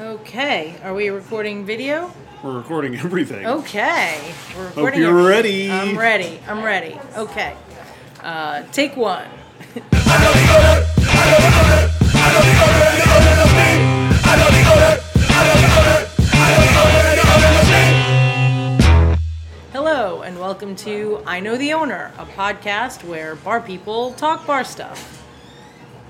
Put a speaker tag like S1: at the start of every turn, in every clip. S1: Okay, are we recording video?
S2: We're recording everything.
S1: Oh. Okay, we're recording.
S2: you're
S1: everything.
S2: ready.
S1: I'm ready. I'm ready. Okay, uh, take one. Hello and welcome to I Know the Owner, a podcast where bar people talk bar stuff.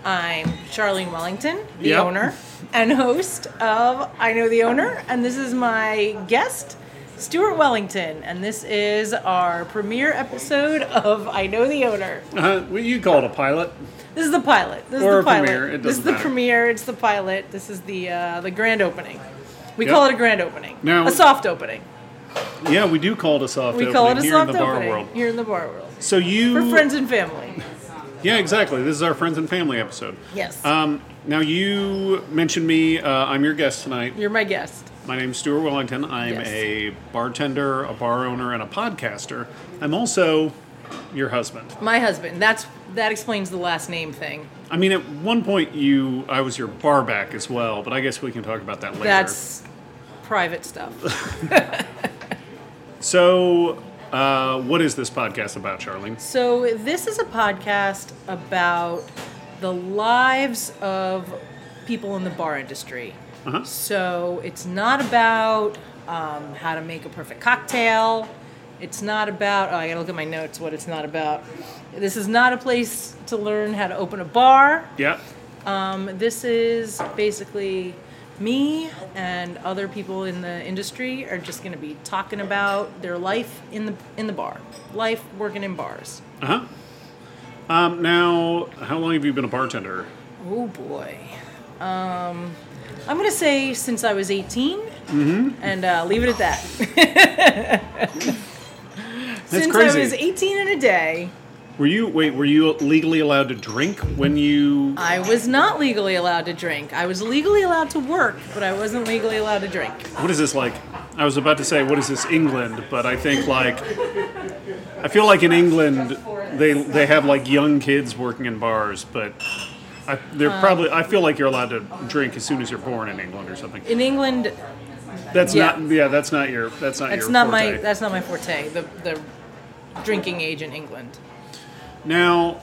S1: I'm Charlene Wellington, the
S2: Yep.
S1: owner and host of I Know the Owner, and this is my guest, Stuart Wellington, and this is our premiere episode of I Know the Owner.
S2: Uh, well, you call it a pilot.
S1: This is the pilot. This
S2: Or
S1: is
S2: a
S1: the pilot.
S2: premiere, it
S1: this is
S2: doesn't
S1: the
S2: matter.
S1: premiere. It's the pilot. This is the uh, the grand opening. We
S2: Yep.
S1: call it a grand opening.
S2: Now-
S1: a soft opening.
S2: Yeah, we do call it a soft
S1: We
S2: opening
S1: call it a
S2: here
S1: soft
S2: in the bar
S1: opening
S2: world.
S1: here in the bar world
S2: So you,
S1: for friends and family.
S2: yeah, exactly. This is our friends and family episode.
S1: Yes,
S2: Um, now you mentioned me. Uh, I'm your guest tonight.
S1: you're my guest.
S2: My name's Stuart Wellington. I'm
S1: Yes.
S2: a bartender, a bar owner, and a podcaster. I'm also your husband.
S1: My husband. That's that explains the last name thing.
S2: I mean, at one point you, I was your bar back as well, but I guess we can talk about that later.
S1: That's private stuff.
S2: so. Uh, what is this podcast about, Charlene?
S1: so this is a podcast about the lives of people in the bar industry.
S2: Uh-huh.
S1: So it's not about um, how to make a perfect cocktail. It's not about, oh, I gotta look at my notes, what it's not about. This is not a place to learn how to open a bar.
S2: Yeah.
S1: Um, this is basically me and other people in the industry are just gonna be talking about their life in the, in the bar, life working in bars.
S2: Uh huh. Um, now, how long have you been a bartender?
S1: Oh boy. Um, I'm gonna say since I was 18, and uh, leave it at that. since
S2: crazy.
S1: I was 18 in a day,
S2: Were you wait? Were you legally allowed to drink when you?
S1: I was not legally allowed to drink. I was legally allowed to work, but I wasn't legally allowed to drink.
S2: What is this like? I was about to say what is this England, but I think like I feel like in England they they have like young kids working in bars, but I, they're
S1: Um.
S2: probably I feel like you're allowed to drink as soon as you're born in England or something.
S1: In England,
S2: That's
S1: yeah.
S2: not yeah. That's not your that's not
S1: that's
S2: your.
S1: not my
S2: forte.
S1: that's not my forte. The the drinking age in England.
S2: Now,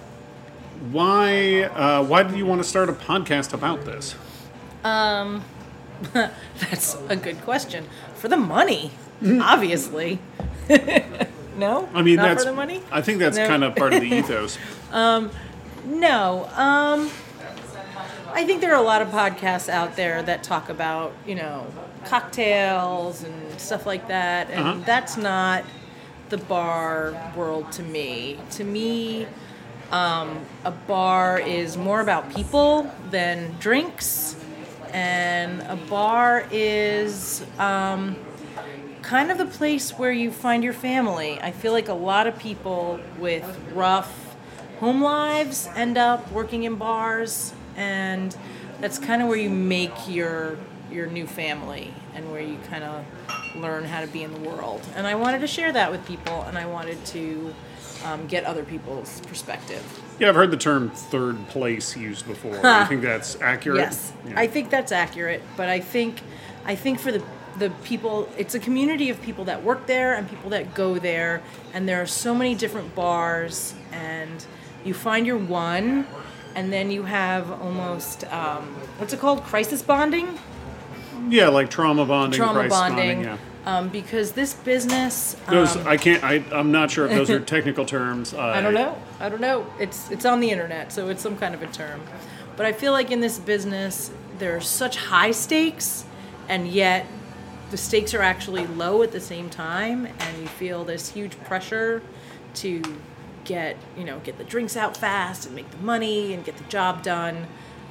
S2: why uh, why did you want to start a podcast about this?
S1: Um, that's a good question. For the money, obviously. no,
S2: I mean,
S1: not
S2: that's.
S1: for the money.
S2: I think that's
S1: No.
S2: kind of part of the ethos.
S1: No, um, I think there are a lot of podcasts out there that talk about you know cocktails and stuff like that, and
S2: Uh-huh.
S1: that's not the bar world to me. To me, um, a bar is more about people than drinks, and a bar is um, kind of the place where you find your family. I feel like a lot of people with rough home lives end up working in bars, and that's kind of where you make your your new family and where you kind of learn how to be in the world. And I wanted to share that with people, and I wanted to um, get other people's perspective.
S2: yeah, I've heard the term third place used before. I think that's accurate.
S1: Yes,
S2: Yeah.
S1: I think that's accurate. But I think, I think for the the people, it's a community of people that work there and people that go there, and there are so many different bars, and you find your one, and then you have almost um, what's it called, crisis bonding
S2: yeah, like trauma bonding,
S1: trauma
S2: crisis
S1: bonding,
S2: Yeah.
S1: um, because this business.
S2: Those
S1: um,
S2: I can't. I, I'm not sure if those are technical terms.
S1: I don't know. I don't know. It's it's on the internet, so it's some kind of a term. But I feel like in this business, there are such high stakes, and yet the stakes are actually low at the same time, and you feel this huge pressure to get you know get the drinks out fast and make the money and get the job done.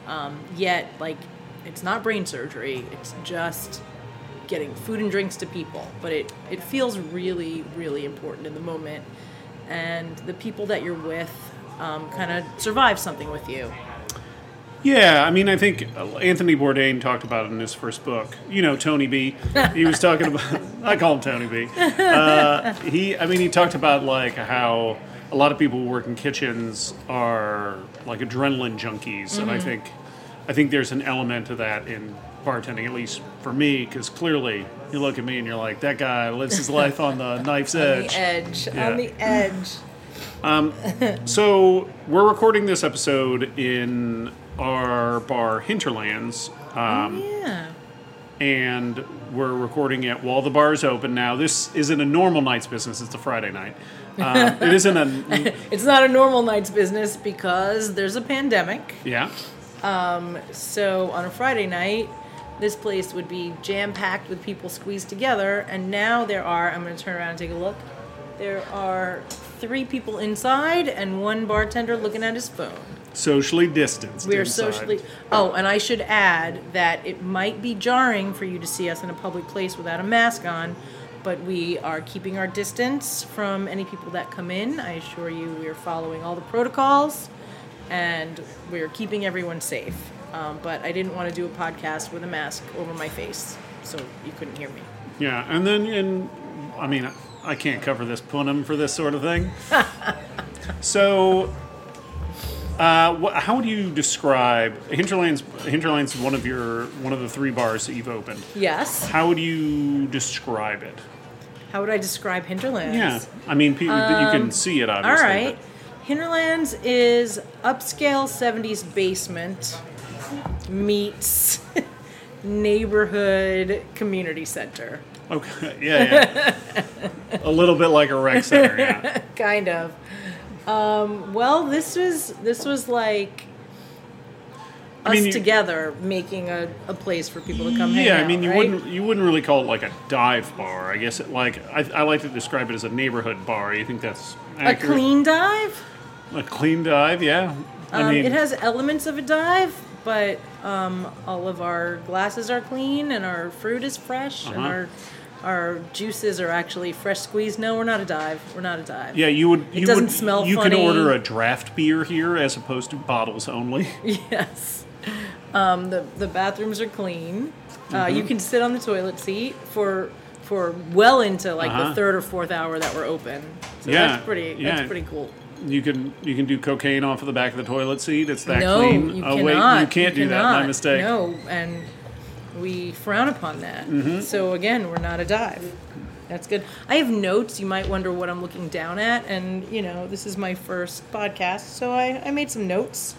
S1: Um, yet, like, it's not brain surgery. It's just getting food and drinks to people, but it, it feels really, really important in the moment. And the people that you're with um, kind of survive something with you.
S2: Yeah, I mean, I think uh, Anthony Bourdain talked about it in his first book. You know, Tony B. He was talking about. I call him Tony B. Uh, he, I mean, he talked about like how a lot of people who work in kitchens
S1: Mm-hmm.
S2: are like adrenaline junkies, and I think, I think there's an element to that in bartending, at least for me, because clearly you look at me and you're like, that guy lives his life on the knife's
S1: on
S2: edge.
S1: the edge.
S2: Yeah.
S1: On the edge.
S2: So we're recording this episode in our bar Hinterlands, um,
S1: Yeah.
S2: and we're recording it while the bar's open. Now this isn't a normal night's business; it's a Friday night. Um, it isn't a
S1: It's not a normal night's business because there's a pandemic.
S2: yeah.
S1: So on a Friday night, this place would be jam packed with people squeezed together. And now there are, I'm going to turn around and take a look. There are three people inside and one bartender looking at his phone.
S2: Socially distanced.
S1: We are
S2: inside.
S1: socially. Oh, and I should add that it might be jarring for you to see us in a public place without a mask on, but we are keeping our distance from any people that come in. I assure you, we are following all the protocols, and we are keeping everyone safe. Um, but I didn't want to do a podcast with a mask over my face, so you couldn't hear me.
S2: Yeah, and then and I mean I can't cover this punim for this sort of thing. so, uh, wh- how would you describe Hinterlands? Hinterlands is one of your one of the three bars that you've opened.
S1: Yes.
S2: How would you describe it?
S1: How would I describe Hinterlands?
S2: Yeah, I mean pe- you can see it
S1: Um, All
S2: obviously.
S1: right. Hinterlands is upscale 70s basement meets neighborhood community center.
S2: but- okay. Yeah. yeah. a little bit like a rec center. Yeah.
S1: Kind of. Um, well, this was this was like
S2: I mean,
S1: us
S2: you-
S1: together making a, a place for people to come hang out.
S2: yeah, I mean you
S1: right?
S2: wouldn't you wouldn't really call it like a dive bar. I guess it, like I, I like to describe it as a neighborhood bar. You think that's
S1: a
S2: accurate?
S1: clean dive.
S2: A clean dive, yeah. I
S1: Um,
S2: mean,
S1: it has elements of a dive, but um, all of our glasses are clean and our fruit is fresh and
S2: Uh-huh.
S1: our our juices are actually fresh squeezed. No, we're not a dive. We're not a dive.
S2: yeah, you would. You
S1: doesn't
S2: would,
S1: smell
S2: You
S1: funny.
S2: can order a draft beer here as opposed to bottles only.
S1: Yes. Um, the the bathrooms are clean. Uh, you
S2: Mm-hmm.
S1: can sit on the toilet seat for for well into like
S2: Uh-huh.
S1: the third or fourth hour that we're open. So
S2: Yeah,
S1: that's pretty
S2: yeah.
S1: that's pretty cool.
S2: You can you can do cocaine off of the back of the toilet seat. It's that
S1: no,
S2: clean.
S1: you
S2: oh
S1: cannot.
S2: wait, you can't do that. My
S1: cannot.
S2: mistake.
S1: No, and we frown upon that.
S2: Mm-hmm.
S1: So again, we're not a dive. That's good. I have notes. You might wonder what I'm looking down at, and you know, this is my first podcast, so I, I made some notes.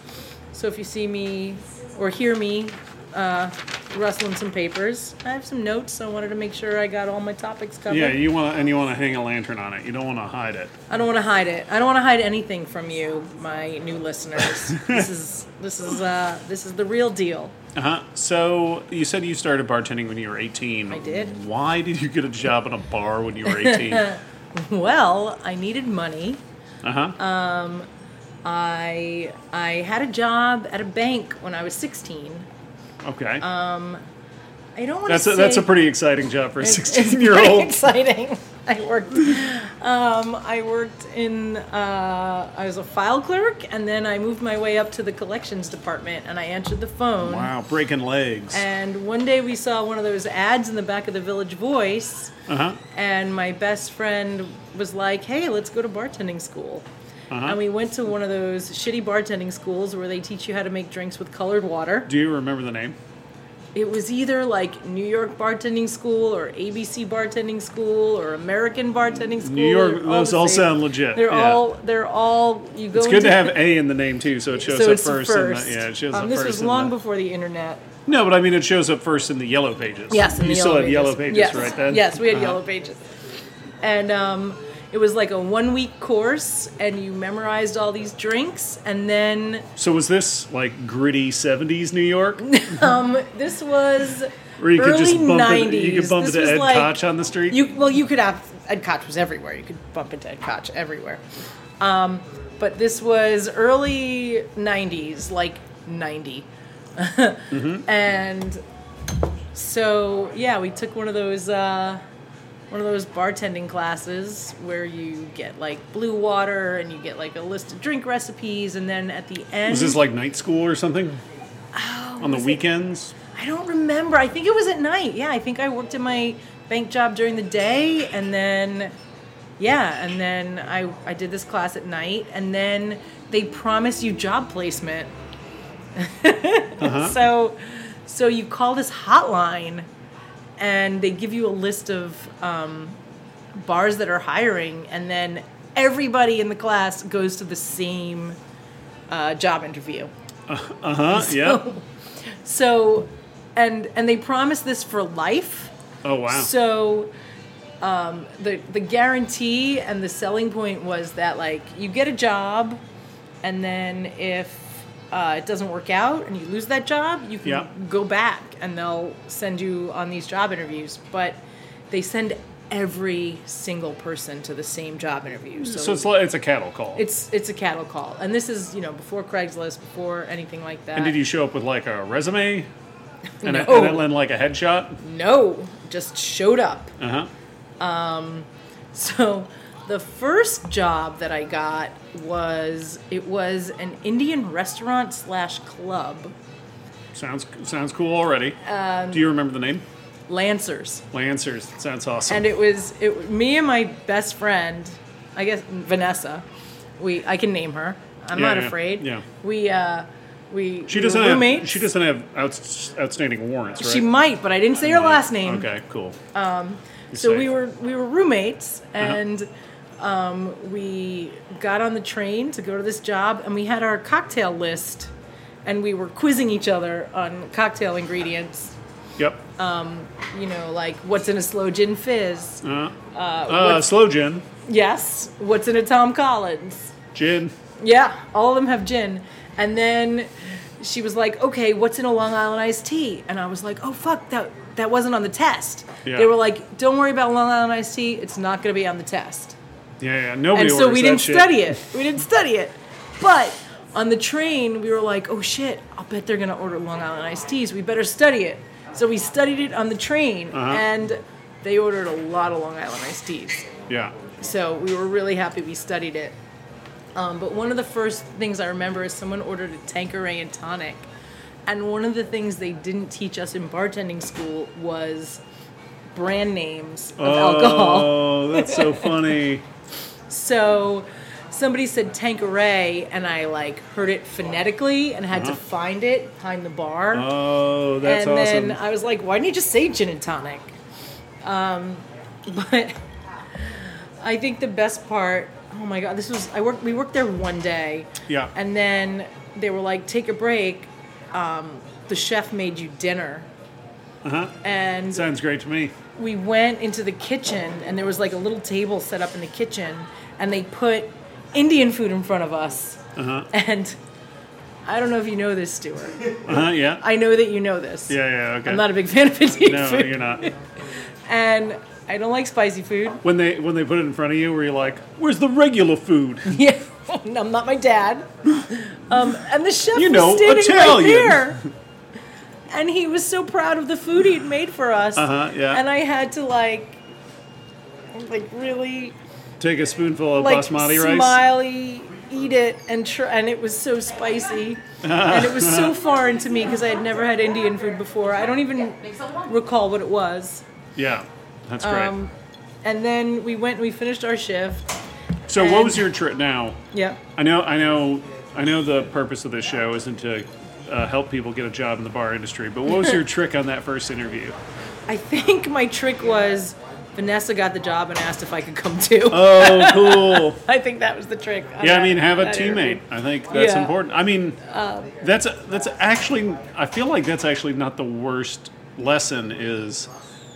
S1: So if you see me or hear me uh, rustling some papers, I have some notes. I wanted to make sure I got all my topics covered.
S2: Yeah, you want and you want to hang a lantern on it. You don't want to hide it.
S1: I don't want to hide it. I don't want to hide anything from you, my new listeners. this is this is uh, this is the real deal.
S2: Uh huh. So you said you started bartending when you were eighteen.
S1: I did.
S2: Why did you get a job in a bar when you were eighteen? uh
S1: Well, I needed money.
S2: huh.
S1: Um, I I had a job at a bank when I was 16.
S2: okay.
S1: um, I don't want
S2: that's
S1: to
S2: a,
S1: say
S2: that's a pretty exciting job for a
S1: It's- it's
S2: sixteen year
S1: pretty
S2: old.
S1: Exciting. I worked. Um, I worked in. Uh, I was a file clerk, and then I moved my way up to the collections department, and I answered the phone.
S2: Wow, breaking legs.
S1: And one day we saw one of those ads in the back of the Village Voice.
S2: Uh huh.
S1: and my best friend was like, "Hey, let's go to bartending school."
S2: Uh-huh.
S1: And we went to one of those shitty bartending schools where they teach you how to make drinks with colored water.
S2: Do you remember the name?
S1: It was either like New York bartending school or ABC bartending school or American bartending school.
S2: New York.
S1: They're all
S2: Those
S1: the
S2: all
S1: same.
S2: sound legit.
S1: They're
S2: yeah.
S1: all. They're all. You go.
S2: It's good
S1: into-
S2: to have A in the name too, so it shows
S1: Oh, So
S2: up
S1: it's
S2: first.
S1: first.
S2: in the- yeah, it shows
S1: um,
S2: up
S1: this
S2: first.
S1: was
S2: in
S1: long
S2: the-
S1: before the internet.
S2: No, but I mean it shows up first in the yellow pages.
S1: Yes, in
S2: you
S1: the
S2: still
S1: yellow
S2: had yellow pages,
S1: yes.
S2: right then?
S1: Yes, we had
S2: Uh-huh.
S1: yellow pages, and um, it was like a one-week course, and you memorized all these drinks, and then
S2: So was this like gritty '70s New York,
S1: this was
S2: where you
S1: early
S2: could just bump
S1: 90s.
S2: into you could bump
S1: This
S2: into
S1: was
S2: Ed
S1: like,
S2: Koch on the street?
S1: You well, you could have Ed Koch was everywhere. You could bump into Ed Koch everywhere. Um, but this was early '90s, like '90,
S2: Mm-hmm.
S1: and so yeah, we took one of those. Uh, one of those bartending classes where you get like blue water and you get like a list of drink recipes, and then at the end,
S2: was this like night school or something?
S1: Oh,
S2: on the weekends?
S1: I don't remember. I think it was at night. Yeah, I think I worked at my bank job during the day and then yeah, and then I I did this class at night and then they promise you job placement. so So you call this hotline, and they give you a list of um, bars that are hiring, and then everybody in the class goes to the same uh, job interview.
S2: Uh huh. Yeah.
S1: So, and and they promise this for life.
S2: Oh wow.
S1: So, um, the the guarantee and the selling point was that like you get a job, and then if uh, it doesn't work out and you lose that job, you can
S2: Yeah.
S1: go back and they'll send you on these job interviews. But they send every single person to the same job interview. So,
S2: Hmm. So it's like, it's a cattle call.
S1: it's it's a cattle call, and this is you know before Craigslist, before anything like that.
S2: and did you show up with like a resume? And, a,
S1: No.
S2: and then like a headshot?
S1: No, just showed up. Um,
S2: Uh huh.
S1: So the first job that I got was it was an Indian restaurant slash club,
S2: Sounds sounds cool already.
S1: Um,
S2: Do you remember the name?
S1: Lancers,
S2: Lancers. Sounds awesome.
S1: and it was it me and my best friend, I guess Vanessa. We I can name her. I'm
S2: Yeah,
S1: not
S2: yeah,
S1: afraid.
S2: yeah.
S1: We uh, we
S2: she
S1: we
S2: doesn't
S1: were
S2: have
S1: roommates.
S2: she doesn't have outs, outstanding warrants, right?
S1: She might, but I didn't say her last name. Um,
S2: Okay, cool.
S1: So we
S2: safe.
S1: were we were roommates, and um, we got on the train to go to this job, and we had our cocktail list, and we were quizzing each other on cocktail ingredients.
S2: yep.
S1: uh, You know, like what's in a slow gin fizz?
S2: uh, uh, slow gin,
S1: Yes. What's in a Tom Collins?
S2: gin.
S1: Yeah, all of them have gin. And then she was like, "Okay, what's in a Long Island iced tea?" And I was like, "Oh fuck, that that wasn't on the test."
S2: Yeah.
S1: They were like, "Don't worry about Long Island iced tea. It's not going to be on the test."
S2: Yeah, yeah. Nobody.
S1: and so
S2: orders
S1: we
S2: that
S1: didn't
S2: shit.
S1: study it. We didn't study it. But on the train, we were like, oh shit, I'll bet they're gonna order Long Island iced teas. We better study it. So we studied it on the train,
S2: Uh-huh.
S1: and they ordered a lot of Long Island iced teas.
S2: Yeah.
S1: So we were really happy we studied it. Um, but one of the first things I remember is someone ordered a Tanqueray and tonic. And one of the things they didn't teach us in bartending school was brand names of alcohol.
S2: Oh, that's so funny.
S1: So somebody said Tanqueray, and I like heard it phonetically and had to find it behind the bar.
S2: Uh-huh. Oh, that's
S1: and
S2: awesome.
S1: then I was like, why didn't you just say gin and tonic? Um, but I think the best part, oh my god, this was I worked we worked there one day.
S2: Yeah.
S1: And then they were like, take a break. Um, the chef made you dinner.
S2: uh-huh.
S1: And
S2: Sounds great to me.
S1: we went into the kitchen and there was like a little table set up in the kitchen and they put Indian food in front of us.
S2: Uh-huh.
S1: And I don't know if you know this, Stuart.
S2: Uh-huh, yeah.
S1: I know that you know this.
S2: yeah, yeah, okay.
S1: I'm not a big fan of Indian
S2: no,
S1: food.
S2: you're not.
S1: And I don't like spicy food.
S2: When they when they put it in front of you, were you like, "Where's the regular food?"
S1: Yeah. I'm not my dad. Um, and the chef
S2: You
S1: was
S2: know,
S1: standing right
S2: Italian.
S1: there. And he was so proud of the food he'd made for us.
S2: Uh-huh, yeah.
S1: And I had to like like really
S2: Take a spoonful of
S1: like
S2: basmati rice.
S1: smiley, eat it, and tr- and it was so spicy, and it was so foreign to me because I had never had Indian food before. I don't even recall what it was.
S2: Yeah, that's great.
S1: Um, and then we went and we finished our shift.
S2: so, what
S1: and-
S2: was your trip now?
S1: Yeah,
S2: I know, I know, I know. The purpose of this show isn't to uh, help people get a job in the bar industry, but what was your trick on that first interview?
S1: I think my trick was Vanessa got the job and asked if I could come too.
S2: Oh, cool.
S1: I think that was the trick. on
S2: Yeah, I
S1: that-
S2: mean, have a
S1: that
S2: teammate.
S1: interview.
S2: I think that's
S1: Yeah. Um,
S2: important. I mean, that's that's actually. I feel like that's actually not the worst lesson. Is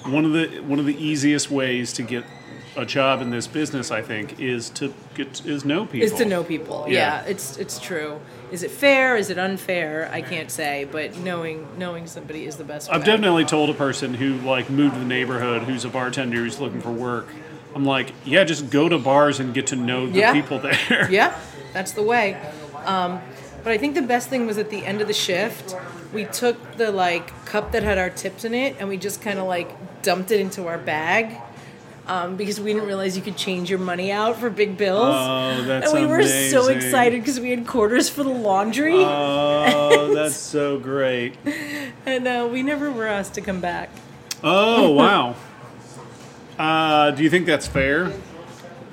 S2: one of the one of the easiest ways to get a job in this business. I think is to get is know people.
S1: Is to know people.
S2: Yeah.
S1: Yeah. it's it's true. Is it fair? Is it unfair? I can't say, but knowing knowing somebody is the best.
S2: I've
S1: way.
S2: definitely told a person who like moved to the neighborhood who's a bartender who's looking for work. I'm like, yeah, just go to bars and get to know the
S1: Yeah.
S2: people there.
S1: Yeah, that's the way. Um, but I think the best thing was at the end of the shift, we took the like cup that had our tips in it, and we just kind of like dumped it into our bag um, because we didn't realize you could change your money out for big bills.
S2: Oh, that's
S1: and we were so
S2: amazing.
S1: excited because we had quarters for the laundry,
S2: Oh, that's so great.
S1: and uh, we never were asked to come back.
S2: Oh wow. Uh, do you think that's fair?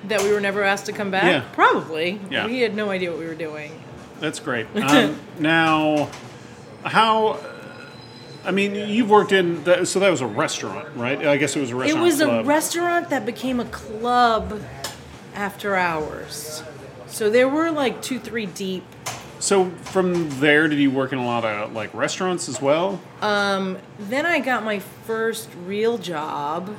S1: That we were never asked to come back?
S2: Yeah.
S1: Probably.
S2: Yeah.
S1: We had no idea what we were doing.
S2: That's great. Um, now, how I mean, you've worked in that, so that was a restaurant, right? I guess it was a
S1: It
S2: restaurant.
S1: was a
S2: club.
S1: restaurant that became a club after hours. So there were like two, three deep.
S2: So from there, did you work in a lot of like restaurants as well?
S1: Then I got my first real job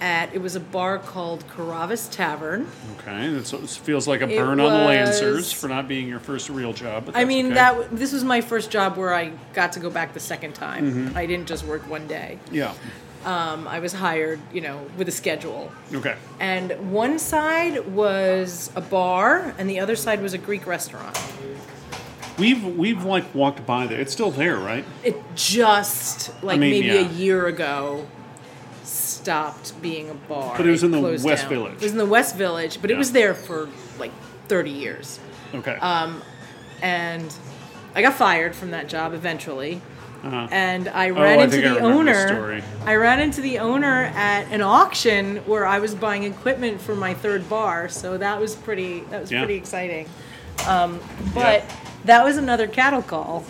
S1: at it was a bar called Caravas Tavern.
S2: Okay, that's- it feels like a
S1: It
S2: burn on the
S1: was-
S2: Lancers for not being your first real job. But
S1: I
S2: that's
S1: mean
S2: okay.
S1: that w- this was my first job where I got to go back the second time.
S2: Mm-hmm.
S1: I didn't just work one day.
S2: Yeah.
S1: Um, I was hired, you know, with a schedule.
S2: Okay.
S1: And one side was a bar, and the other side was a Greek restaurant.
S2: We've we've like walked by there. It's still there, right?
S1: It just like
S2: mean,
S1: maybe
S2: yeah.
S1: a year ago stopped being a bar.
S2: But it was in the
S1: closed
S2: West
S1: down.
S2: Village.
S1: It was in the West Village, but
S2: Yeah.
S1: it was there for like 30 years.
S2: Okay.
S1: Um, And I got fired from that job eventually.
S2: uh-huh.
S1: And I
S2: Oh,
S1: ran
S2: I
S1: into
S2: think I
S1: the
S2: remember this
S1: owner.
S2: story.
S1: I ran into the owner at an auction where I was buying equipment for my third bar, so that was pretty that was
S2: Yeah.
S1: pretty exciting. Um, but that was another cattle call.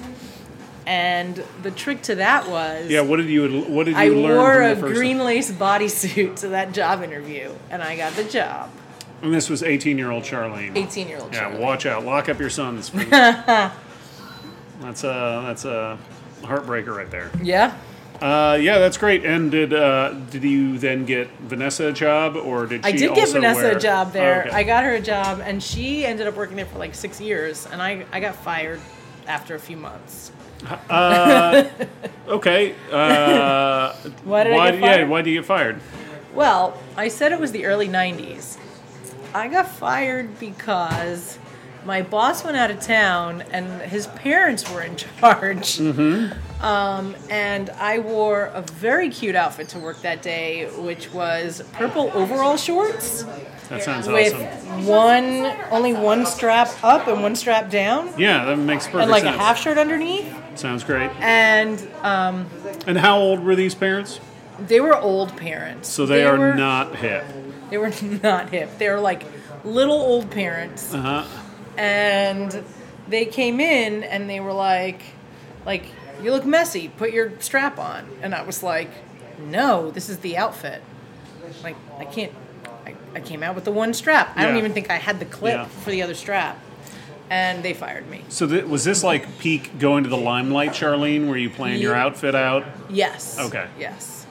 S1: And the trick to that was
S2: Yeah. What did you What did you
S1: I
S2: learn
S1: wore
S2: from
S1: a
S2: the first?
S1: green lace bodysuit to that job interview, and I got the job.
S2: and this was 18 year old Charlene.
S1: 18 year old.
S2: Yeah.
S1: Charlie.
S2: Watch out. Lock up your sons. folks. that's a that's a heartbreaker right there.
S1: Yeah.
S2: Uh, yeah, that's great. And did uh, did you then get Vanessa a job, or did
S1: I
S2: she
S1: did get
S2: also
S1: Vanessa
S2: wear-
S1: a job there.
S2: Oh, okay.
S1: I got her a job, and she ended up working there for like six years, and I, I got fired after a few months.
S2: Okay. Uh,
S1: Why did I
S2: why,
S1: get
S2: yeah,
S1: fired?
S2: why do you get fired?
S1: Well, I said it was the early 90s. I got fired because my boss went out of town and his parents were in charge.
S2: Mm-hmm.
S1: Um, and I wore a very cute outfit to work that day, which was purple overall shorts
S2: That sounds
S1: with
S2: awesome.
S1: one, only one strap up and one strap down,
S2: Yeah, that makes perfect
S1: and like
S2: sense.
S1: a half shirt underneath.
S2: sounds great.
S1: And um,
S2: And how old were these parents?
S1: they were old parents.
S2: So they, are
S1: were-
S2: not hip.
S1: They were not hip. They were like little old parents.
S2: Uh-huh.
S1: and they came in and they were like like you look messy put your strap on and i was like no this is the outfit like i can't i, I came out with the one strap i don't
S2: Yeah.
S1: even think i had the clip
S2: Yeah.
S1: for the other strap and they fired me
S2: So th- was this like peak going to the limelight, Charlene? Were you playing your
S1: Yeah.
S2: outfit out?
S1: yes
S2: Okay.
S1: yes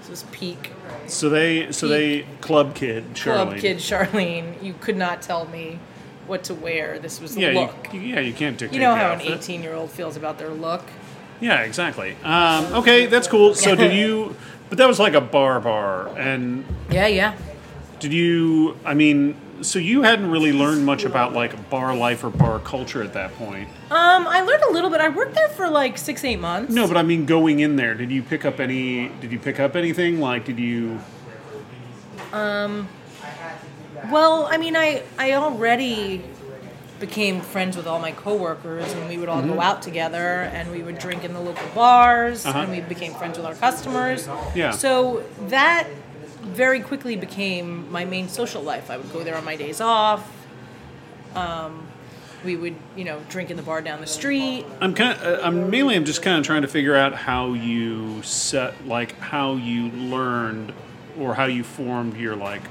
S1: this was peak
S2: So they, so they club kid, Charlene.
S1: club kid charlene you could not tell me what to wear this was the
S2: Yeah,
S1: look
S2: you, yeah, you can't dictate.
S1: you know
S2: the
S1: how an
S2: outfit.
S1: 18 year old feels about their look
S2: Yeah, exactly. Um, okay, that's cool. So did you? But that was like a bar bar, and
S1: yeah yeah
S2: did you? I mean, so you hadn't really learned much about like bar life or bar culture at that point.
S1: Um, I learned a little bit. I worked there for like six, eight months.
S2: No, but I mean, going in there, did you pick up any? Did you pick up anything? Like, did you?
S1: Well, I mean, I I already became friends with all my coworkers, and we would all go out together, and we would drink in the local bars,
S2: Mm-hmm. Uh-huh.
S1: and we became friends with our customers.
S2: Yeah.
S1: So that very quickly became my main social life. I would go there on my days off. Um, we would, you know, drink in the bar down the street.
S2: I'm kind. Of, I'm mainly. I'm just kind of trying to figure out how you set, like, how you learned, or how you formed your like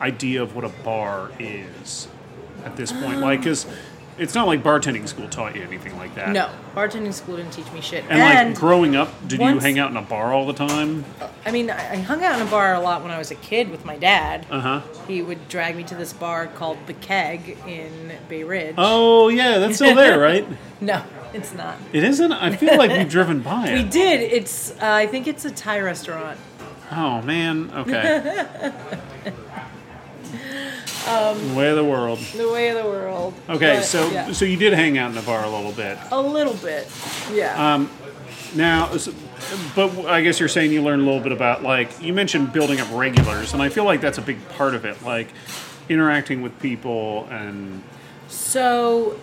S2: idea of what a bar is at this
S1: Um.
S2: point. Like, because it's not like bartending school taught you anything like that.
S1: No, bartending school didn't teach me shit.
S2: And, like growing up, did you
S1: once-
S2: hang out in a bar all the time?
S1: I mean, I I hung out in a bar a lot when I was a kid with my dad.
S2: Uh huh.
S1: He would drag me to this bar called The Keg in Bay Ridge.
S2: Oh yeah, that's still there, right?
S1: No, it's not.
S2: It isn't. I feel like we've driven by
S1: We
S2: it.
S1: did. It's. Uh, I think it's a Thai restaurant.
S2: Oh man. Okay.
S1: Um.
S2: Way of the world.
S1: The way of the world.
S2: Okay,
S1: But,
S2: so
S1: yeah.
S2: so you did hang out in a bar a little bit.
S1: a little bit. Yeah.
S2: Um, Now, so, but I guess you're saying you learned a little bit about like you mentioned building up regulars, and I feel like that's a big part of it, like interacting with people and
S1: so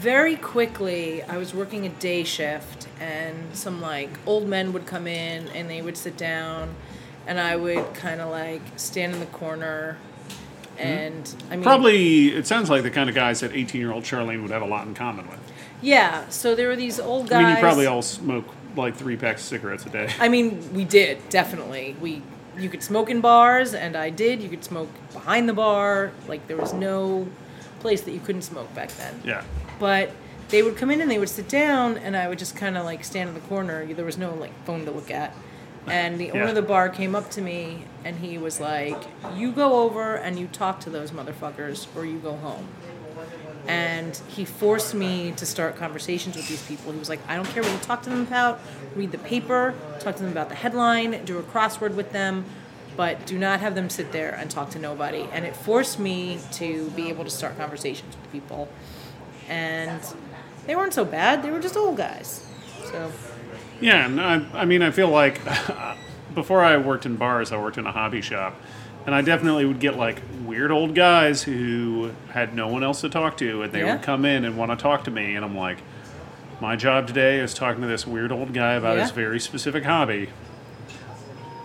S1: very quickly, I was working a day shift, and some like old men would come in, and they would sit down, and I would kind of like stand in the corner, and I mean
S2: Hmm? probably it sounds like the kind of guys that 18 year old Charlene would have a lot in common with.
S1: Yeah, so there were these old
S2: I
S1: guys.
S2: mean, you probably all smoke like three packs of cigarettes a day.
S1: I mean, we did definitely. We you could smoke in bars, and I did. You could smoke behind the bar. Like there was no place that you couldn't smoke back then.
S2: Yeah.
S1: But they would come in and they would sit down, and I would just kind of like stand in the corner. There was no like phone to look at. And the owner
S2: Yeah.
S1: of the bar came up to me, and he was like, "You go over and you talk to those motherfuckers, or you go home." and he forced me to start conversations with these people. He was like, I don't care what you talk to them about, read the paper, talk to them about the headline, do a crossword with them, but do not have them sit there and talk to nobody. And it forced me to be able to start conversations with people. And they weren't so bad, they were just old guys. So,
S2: Yeah, and I, I mean, I feel like before I worked in bars, I worked in a hobby shop, and I definitely would get like weird old guys who had no one else to talk to, and they
S1: Yeah.
S2: would come in and want to talk to me, and I'm like, my job today is talking to this weird old guy about his
S1: Yeah.
S2: very specific hobby.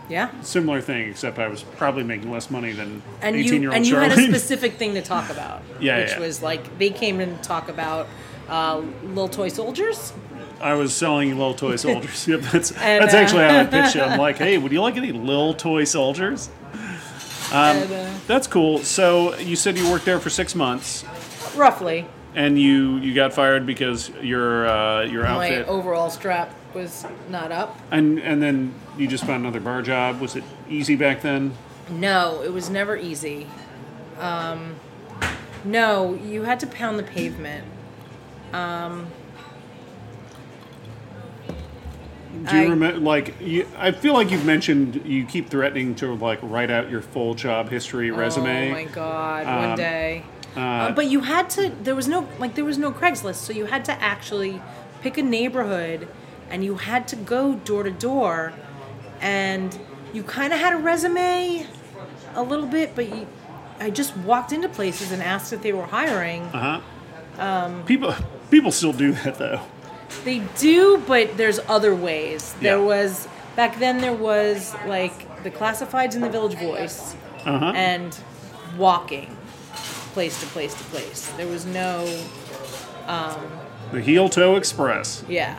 S1: yeah.
S2: Similar thing, except I was probably making less money than
S1: and
S2: eighteen
S1: you
S2: year
S1: and
S2: old
S1: you had
S2: Charlie.
S1: a specific thing to talk about,
S2: Yeah,
S1: which
S2: yeah.
S1: was like they came in to talk about uh, little toy soldiers.
S2: I was selling little toy soldiers. yep, that's
S1: And,
S2: that's
S1: uh,
S2: actually how I pitched it. I'm like, hey, would you like any little toy soldiers? Um,
S1: and, uh,
S2: That's cool. So you said you worked there for six months.
S1: roughly,
S2: And you you got fired because your uh, your
S1: my
S2: outfit
S1: overall strap was not up.
S2: and and then you just found another bar job. Was it easy back then?
S1: No, it was never easy. Um, no, you had to pound the pavement. Um,
S2: Do you
S1: I-
S2: remember? Like you, I feel like you've mentioned you keep threatening to like write out your full job history resume.
S1: Oh my god,
S2: Um,
S1: one day. Uh, but you had to. There was no like there was no Craigslist, so you had to actually pick a neighborhood, and you had to go door to door, and you kind of had a resume, a little bit, but you. I just walked into places and asked if they were hiring.
S2: Uh huh. people people still do that though.
S1: They do, but there's other ways. There
S2: Yeah.
S1: was back then. There was like the classifieds in the Village Voice,
S2: Uh huh.
S1: and walking place to place to place. There was no
S2: The heel toe express.
S1: yeah.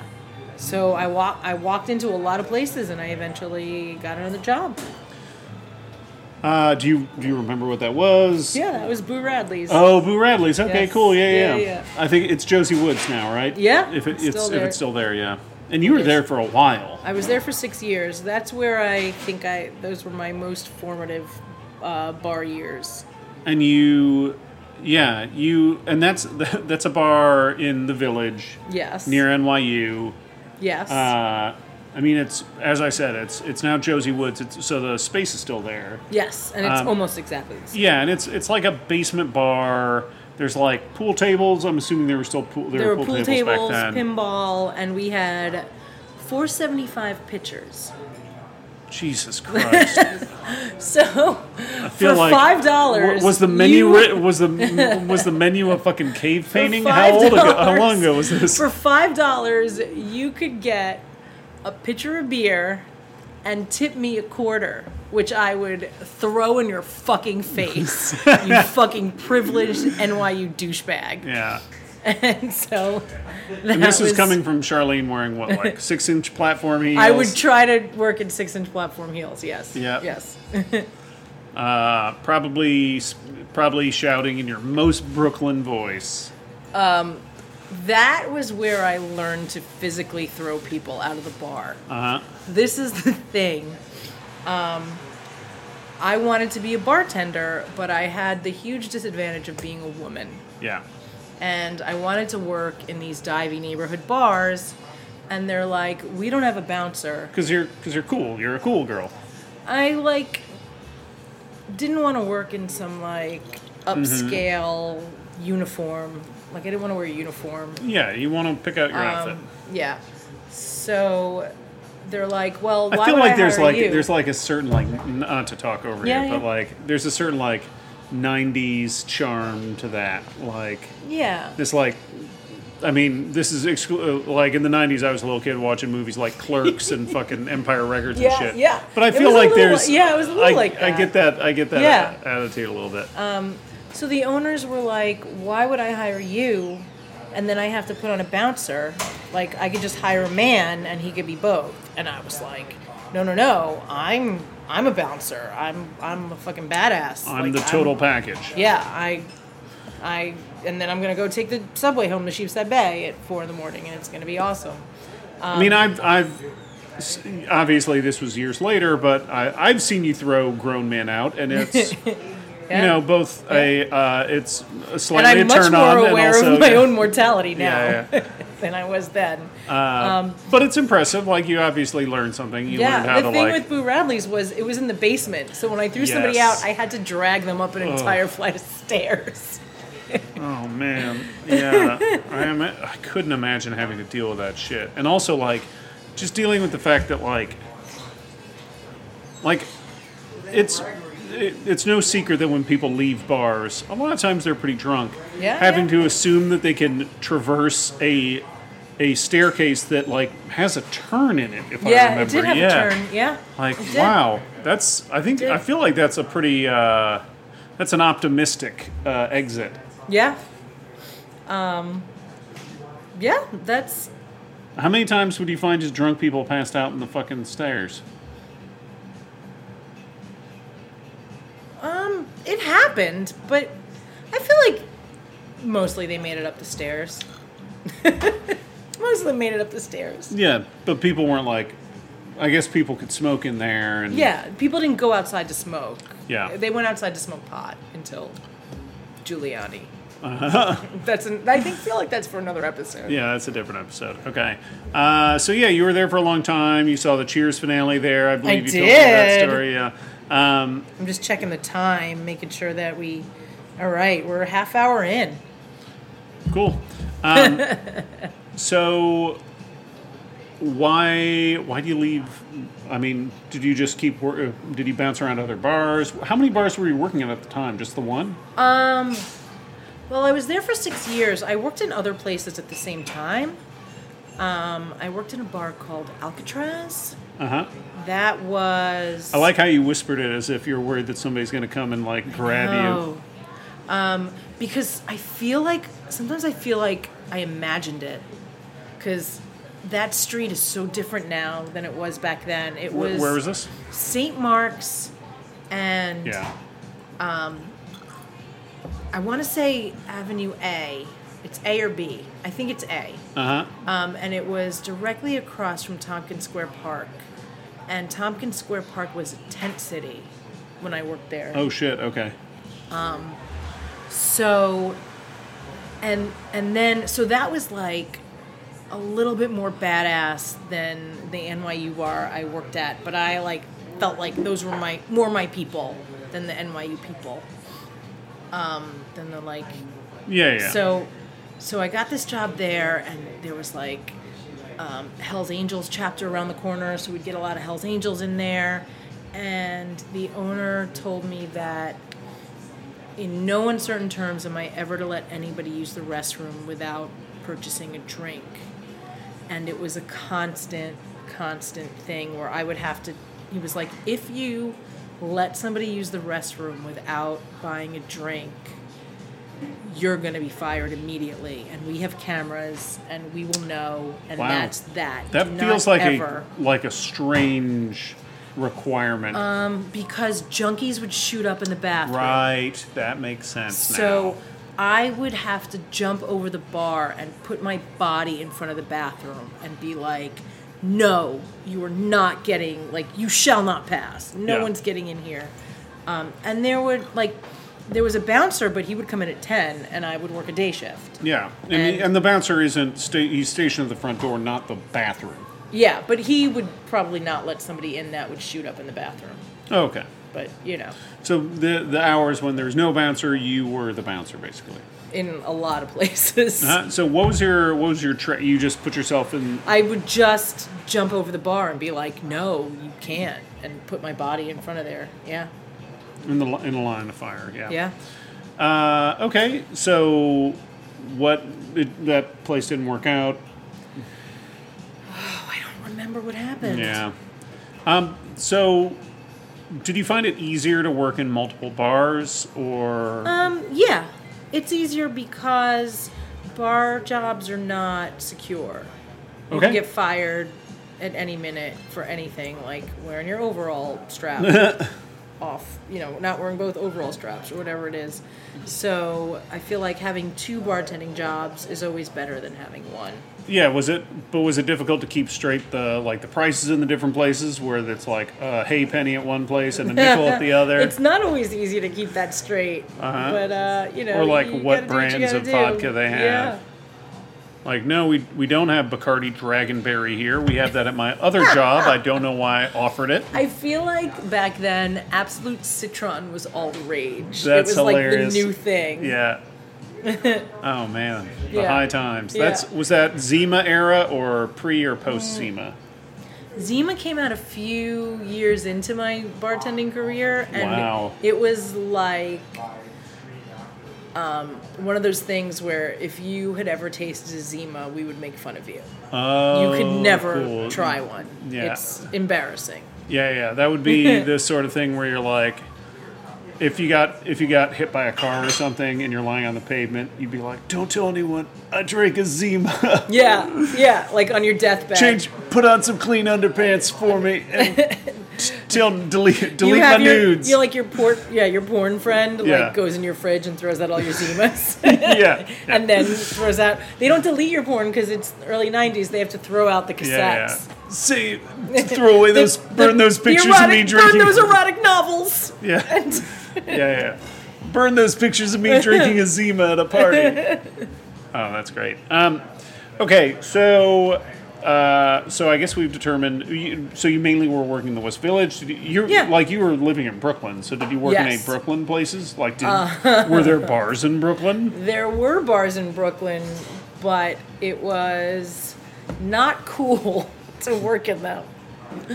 S1: So I walk I walked into a lot of places, and I eventually got another job.
S2: Uh, do you do you remember what that was?
S1: Yeah, that was Boo Radley's.
S2: Oh, Boo Radley's. Okay,
S1: Yes.
S2: cool. Yeah yeah,
S1: Yeah,
S2: yeah.
S1: yeah.
S2: I think it's Josie Woods now, right?
S1: Yeah,
S2: If, it,
S1: it's
S2: it's,
S1: still
S2: if
S1: there.
S2: it's still there, yeah. And you were
S1: Yes.
S2: there for a while.
S1: I was there for six years. That's where I think I those were my most formative uh, bar years.
S2: and you yeah you and that's that's a bar in the village
S1: Yes.
S2: near nyu
S1: Yes.
S2: uh, i mean it's as i said it's it's now josie woods it's, so the space is still there
S1: yes, and it's
S2: um,
S1: almost exactly the same.
S2: yeah and it's it's like a basement bar there's like pool tables i'm assuming there were still pool there,
S1: There were pool tables,
S2: back then
S1: pinball, and we had 475 pitchers.
S2: jesus christ
S1: So
S2: I feel
S1: for
S2: like
S1: five dollars
S2: wa- was the menu
S1: you-
S2: ri- was the was the menu a fucking cave painting how
S1: five
S2: old ago how
S1: dollars-
S2: long ago was this
S1: for five dollars you could get a pitcher of beer and tip me a quarter, which I would throw in your fucking face, you fucking privileged NYU douchebag.
S2: yeah
S1: And so that
S2: And this
S1: was,
S2: is coming from Charlene wearing what, like six inch platform heels?
S1: I would try to work in six inch platform heels. Yes.
S2: Yeah.
S1: Yes.
S2: uh, probably, probably shouting in your most Brooklyn voice.
S1: That was where I learned to physically throw people out of the bar.
S2: Uh huh.
S1: This is the thing. Um, I wanted to be a bartender, but I had the huge disadvantage of being a woman.
S2: Yeah.
S1: And I wanted to work in these divey neighborhood bars, and they're like, we don't have a bouncer.
S2: Because you're, cause you're cool. You're a cool girl.
S1: I like didn't want to work in some like upscale uniform. Like I didn't want to wear a uniform.
S2: Yeah, you want to pick out
S1: Um,
S2: your outfit.
S1: Yeah. So they're like, well, why
S2: I feel
S1: would
S2: like
S1: I
S2: there's
S1: hire
S2: like
S1: you?
S2: there's like a certain like n- not to talk over
S1: Yeah,
S2: you, but
S1: yeah.
S2: like there's a certain like '90s charm to that. Like
S1: yeah.
S2: this like I mean, this is exclu- uh, like in the '90s. I was a little kid watching movies like Clerks and fucking Empire Records
S1: Yeah,
S2: and shit.
S1: yeah.
S2: But I
S1: It
S2: feel
S1: was a
S2: like
S1: little-
S2: there's
S1: yeah, it was a little
S2: I,
S1: like
S2: I get that. I get that
S1: Yeah. Uh,
S2: a- attitude a little bit.
S1: So the owners were like, why would I hire you? And then I have to put on a bouncer. Like I could just hire a man and he could be both. And I was like, no, no, no. I'm I'm a bouncer. I'm I'm a fucking badass.
S2: I'm
S1: Like,
S2: the total package.
S1: yeah, I, I, and then I'm gonna go take the subway home to Sheepshead Bay at four in the morning, and it's gonna be awesome.
S2: I mean,
S1: um,
S2: I've, I've s- obviously this was years later, but I, I've seen you throw grown men out, and it's you know both a uh, it's a
S1: and
S2: slightly
S1: I'm
S2: a
S1: much
S2: turn
S1: more
S2: on, and
S1: aware
S2: also
S1: of my own mortality now
S2: yeah, yeah.
S1: than I was then.
S2: But it's impressive. Like you obviously learned something. You learned how
S1: yeah, the
S2: to
S1: thing
S2: like.
S1: with Boo Radley's was it was in the basement, so when I threw somebody out,
S2: Yes.
S1: I had to drag them up an entire flight of stairs.
S2: oh man, yeah. I am. I couldn't imagine having to deal with that shit, and also like just dealing with the fact that like like it's. It, it's no secret that when people leave bars, a lot of times they're pretty drunk.
S1: Yeah,
S2: having
S1: yeah.
S2: to assume that they can traverse a a staircase that like has a turn in it. If I
S1: yeah,
S2: remember,
S1: it did have
S2: yeah.
S1: a turn. Yeah,
S2: Like
S1: It did.
S2: wow, that's I think
S1: did.
S2: I feel like that's a pretty uh, that's an optimistic uh, exit.
S1: yeah, um, yeah. That's
S2: How many times would you find just drunk people passed out in the fucking stairs?
S1: Um, it happened, but I feel like mostly they made it up the stairs. Most of them made it up the stairs.
S2: Yeah, but people weren't like, I guess people could smoke in there and
S1: Yeah, people didn't go outside to smoke.
S2: Yeah.
S1: they went outside to smoke pot until Giuliani. that's an, I think feel like that's for another episode.
S2: Yeah, that's a different episode. Okay, uh, so yeah, you were there for a long time. You saw the Cheers finale there. I believe you told me that
S1: did.
S2: story. Yeah. Um,
S1: I'm just checking the time, making sure that we. All right, we're a half hour in.
S2: Cool. Um, so, why why do you leave? I mean, did you just keep wor- uh, Did you bounce around other bars? How many bars were you working at at the time? Just the one?
S1: Well, I was there for six years. I worked in other places at the same time. Um, I worked in a bar called Alcatraz.
S2: Uh huh.
S1: That was.
S2: I like how you whispered it as if you're worried that somebody's going to come and like grab you.
S1: Oh. Um, because I feel like sometimes I feel like I imagined it, because that street is so different now than it was back then. It
S2: Where,
S1: was
S2: where was this?
S1: St. Mark's, and
S2: Yeah.
S1: I want to say Avenue A. It's A or B. I think it's A.
S2: Uh huh.
S1: um, and it was directly across from Tompkins Square Park. And Tompkins Square Park was a tent city when I worked there.
S2: Oh shit. Okay.
S1: So, and and then so that was like a little bit more badass than the NYU bar I worked at, but I like felt like those were my more my people than the NYU people. Um, than the like
S2: Yeah. Yeah.
S1: So, so I got this job there, and there was like um, Hell's Angels chapter around the corner, so we'd get a lot of Hell's Angels in there. And the owner told me that in no uncertain terms am I ever to let anybody use the restroom without purchasing a drink. And it was a constant, constant thing where I would have to. He was like, if you let somebody use the restroom without buying a drink, you're going to be fired immediately and we have cameras and we will know and
S2: Wow.
S1: that's that
S2: that
S1: Do not
S2: feels like
S1: ever
S2: a like a strange requirement.
S1: Um, because junkies would shoot up in the bathroom
S2: right. That makes sense.
S1: so
S2: now.
S1: i would have to jump over the bar and put my body in front of the bathroom and be like no you are not getting like you shall not pass no
S2: Yeah.
S1: one's getting in here um, and there would like there was a bouncer but he would come in at 10 and i would work a day shift
S2: Yeah, and,
S1: And-
S2: and the bouncer isn't sta- he's stationed at the front door, not the bathroom.
S1: Yeah, but he would probably not let somebody in that would shoot up in the bathroom.
S2: Oh, Okay,
S1: But you know,
S2: so the the hours when there's no bouncer, you were the bouncer basically.
S1: in a lot of places,
S2: Uh, so what was your what was your tra- you just put yourself in?
S1: I would just jump over the bar and be like, "No, you can't," and put my body in front of there. Yeah,
S2: In the li- in the line of fire, yeah.
S1: yeah.
S2: Uh, okay, so what it, that place didn't work out.
S1: Oh, I don't remember what happened.
S2: Yeah. Um. So, did you find it easier to work in multiple bars, or
S1: Um. Yeah, it's easier because bar jobs are not secure. You
S2: Okay.
S1: can get fired at any minute for anything, like wearing your overall strap off, you know, not wearing both overall straps or whatever it is. So I feel like having two bartending jobs is always better than having one.
S2: Yeah, was it? But was it difficult to keep straight the like the prices in the different places where it's like a hay penny at one place and a nickel at the other,
S1: It's not always easy to keep that straight,
S2: Uh-huh.
S1: but uh, you know,
S2: Or, like,
S1: you gotta
S2: what
S1: do you
S2: brands
S1: gotta
S2: of
S1: do.
S2: vodka they have.
S1: Yeah.
S2: Like, no, we we don't have Bacardi Dragonberry here. We have that at my other job. I don't know why I offered it.
S1: I feel like back then, Absolute Citron was all the rage.
S2: That's
S1: it was
S2: hilarious.
S1: like the new thing.
S2: Yeah. oh man, the
S1: Yeah.
S2: high times.
S1: Yeah. Mm.
S2: That's was that Zima era or pre or post Zima?
S1: Zima came out a few years into my bartending career, and
S2: Wow.
S1: it was like um, one of those things where if you had ever tasted a Zima, we would make fun of you.
S2: Oh,
S1: you could never
S2: cool.
S1: try one.
S2: Yeah.
S1: It's embarrassing.
S2: Yeah, yeah, that would be the sort of thing where you're like, if you got if you got hit by a car or something and you're lying on the pavement, you'd be like, "Don't tell anyone, I drank a Zima.
S1: Yeah, yeah, like on your deathbed.
S2: Change, put on some clean underpants for me, and t- tell delete
S1: You
S2: delete my
S1: have your,
S2: nudes."
S1: You're like your port, yeah, your porn friend
S2: Yeah.
S1: like goes in your fridge and throws out all your Zimas,
S2: yeah,
S1: and then throws out. They don't delete your porn because it's early '90s. They have to throw out the cassettes.
S2: yeah, yeah. Say, throw away those,
S1: The-
S2: burn
S1: the-
S2: those
S1: the
S2: pictures
S1: erotic,
S2: of me drinking.
S1: Burn those erotic novels.
S2: yeah, yeah, yeah. Burn those pictures of me drinking a Zima at a party. Oh, that's great. Um, okay, so uh, so I guess we've determined. You, so you mainly were working in the West Village. You
S1: Yeah.
S2: like you were living in Brooklyn. So did you work in any
S1: Yes. Uh.
S2: Brooklyn places? Like, did, were there bars in Brooklyn?
S1: There were bars in Brooklyn, but it was not cool to work in them.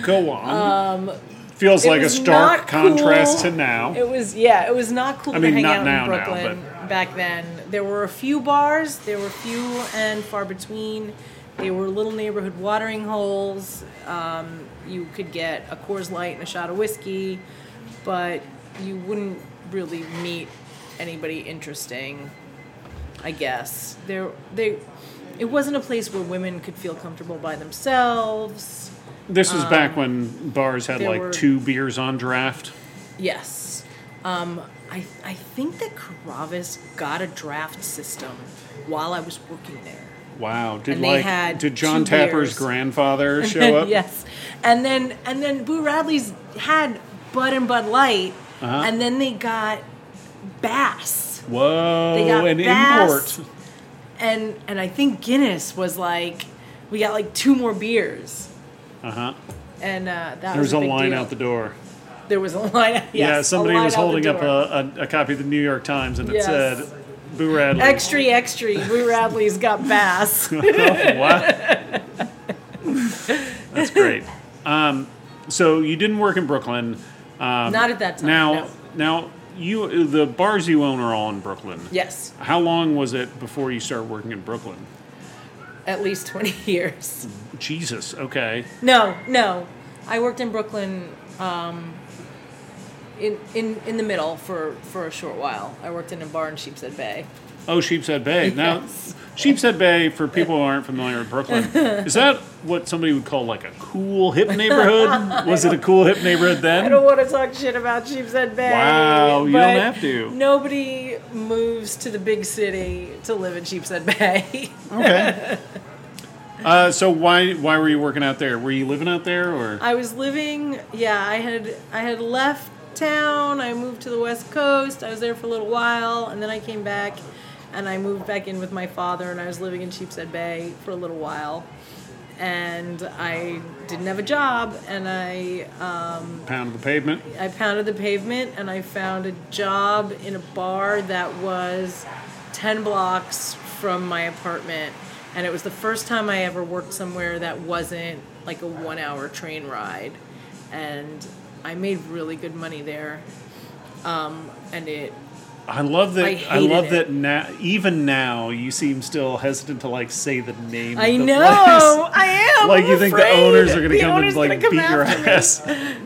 S2: Go on. Um, Feels
S1: it
S2: like a
S1: was
S2: stark
S1: not
S2: contrast
S1: cool.
S2: to now.
S1: It was yeah, it was not cool
S2: I mean,
S1: to hang
S2: not
S1: out
S2: now,
S1: in
S2: now,
S1: Brooklyn back then. There were a few bars, there were few and far between. They were little neighborhood watering holes. Um, you could get a Coors Light and a shot of whiskey, but you wouldn't really meet anybody interesting. I guess there they. It wasn't a place where women could feel comfortable by themselves.
S2: This was back when bars had
S1: Um, there
S2: like
S1: were-
S2: two beers on draft.
S1: Yes. Um, I, I think that Caravas got a draft system while I was working there.
S2: Wow! Did
S1: And they
S2: like
S1: had
S2: did John
S1: two
S2: Tapper's
S1: beers.
S2: grandfather show up?
S1: yes. And then and then Boo Radley's had Bud and Bud Light,
S2: Uh-huh.
S1: and then they got Bass,
S2: Whoa!
S1: They got
S2: an
S1: Bass.
S2: import.
S1: and and I think Guinness was like, we got like two more beers,
S2: Uh huh.
S1: and uh, that
S2: There
S1: was
S2: was a
S1: big
S2: line
S1: deal.
S2: out the door.
S1: There was a line. Yes,
S2: yeah,
S1: a
S2: somebody
S1: line
S2: was
S1: out the
S2: holding up
S1: door.
S2: a, a, a copy of the New York Times, and it
S1: Yes.
S2: said, "Boo Radley."
S1: extra extra. Boo Radley's got Bass.
S2: wow. That's great. Um, so you didn't work in Brooklyn.
S1: Not at that time.
S2: Um, Now,
S1: no.
S2: now you the bars you own are all in Brooklyn.
S1: Yes.
S2: How long was it before you started working in Brooklyn?
S1: at least 20 years.
S2: Jesus. Okay.
S1: No, no. I worked in Brooklyn um, in, in, in the middle for, for a short while. I worked in a bar in Sheepshead Bay.
S2: Oh, Sheepshead Bay. Now,
S1: Yes.
S2: Sheepshead Bay, for people who aren't familiar with Brooklyn, is that what somebody would call like a cool hip neighborhood? Was it a cool hip neighborhood
S1: I don't
S2: then?
S1: want to talk shit about Sheepshead Bay.
S2: Wow, you
S1: but
S2: don't have to.
S1: Nobody moves to the big city to live in Sheepshead Bay.
S2: Okay. Uh, so why why were you working out there? Were you living out there or?
S1: I was living, yeah, I had I had left town. I moved to the West Coast. I was there for a little while, and then I came back, and I moved back in with my father, and I was living in Sheepshead Bay for a little while, and I didn't have a job, and I
S2: Pound of the pavement.
S1: I pounded the pavement and I found a job in a bar that was 10 blocks from my apartment. And it was the first time I ever worked somewhere that wasn't like a one hour train ride. And I made really good money there. Um, and it,
S2: I love that.
S1: I
S2: I,
S1: hated
S2: love
S1: it.
S2: that now. Even now, you seem still hesitant to like say the name.
S1: I
S2: of the
S1: know,
S2: place.
S1: I am.
S2: Like
S1: I'm
S2: you think the
S1: afraid.
S2: owners are going to
S1: The
S2: come and
S1: owner's
S2: like
S1: gonna come
S2: beat your
S1: after me.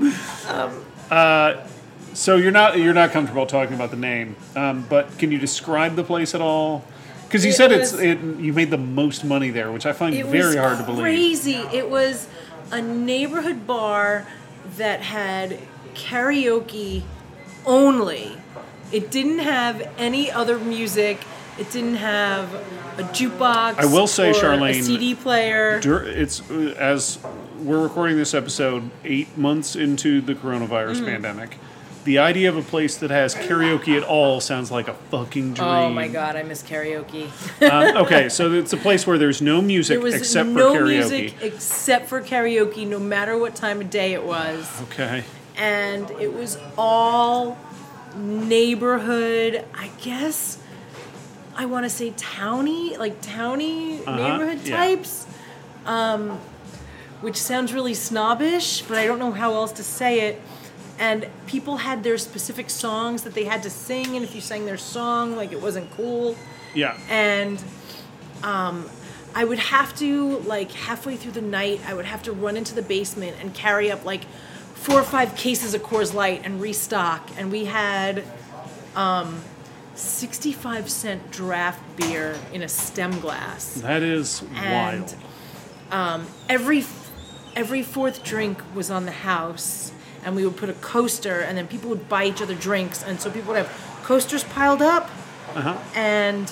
S2: ass. uh, um, so you're not you're not comfortable talking about the name, um, but can you describe the place at all? Because you
S1: It
S2: said
S1: was-
S2: it's it, you made the most money there, which I find
S1: It
S2: very
S1: was
S2: hard to believe.
S1: Crazy. It was a neighborhood bar that had karaoke only. It didn't have any other music. It didn't have a jukebox.
S2: I will say,
S1: or a
S2: Charlene,
S1: CD player.
S2: Dur- It's uh, as we're recording this episode, eight months into the
S1: Mm.
S2: coronavirus pandemic. The idea of a place that has karaoke at all sounds like a fucking dream.
S1: Oh my god, I miss karaoke.
S2: Um, okay, so it's a place where there's no music
S1: There was
S2: except
S1: no
S2: for karaoke.
S1: music except for karaoke, no matter what time of day it was.
S2: Okay.
S1: and it was all neighborhood i guess i want to say towny like towny
S2: Uh-huh,
S1: neighborhood
S2: yeah.
S1: types um, which sounds really snobbish but i don't know how else to say it and people had their specific songs that they had to sing and if you sang their song like it wasn't cool
S2: Yeah.
S1: and um, I would have to like halfway through the night, I would have to run into the basement and carry up like four or five cases of Coors Light and restock. And we had um, 65 cent draft beer in a stem glass,
S2: That is
S1: and
S2: wild.
S1: um, every every fourth drink was on the house. And we would put a coaster, and then people would buy each other drinks, and so people would have coasters piled up,
S2: Uh-huh.
S1: and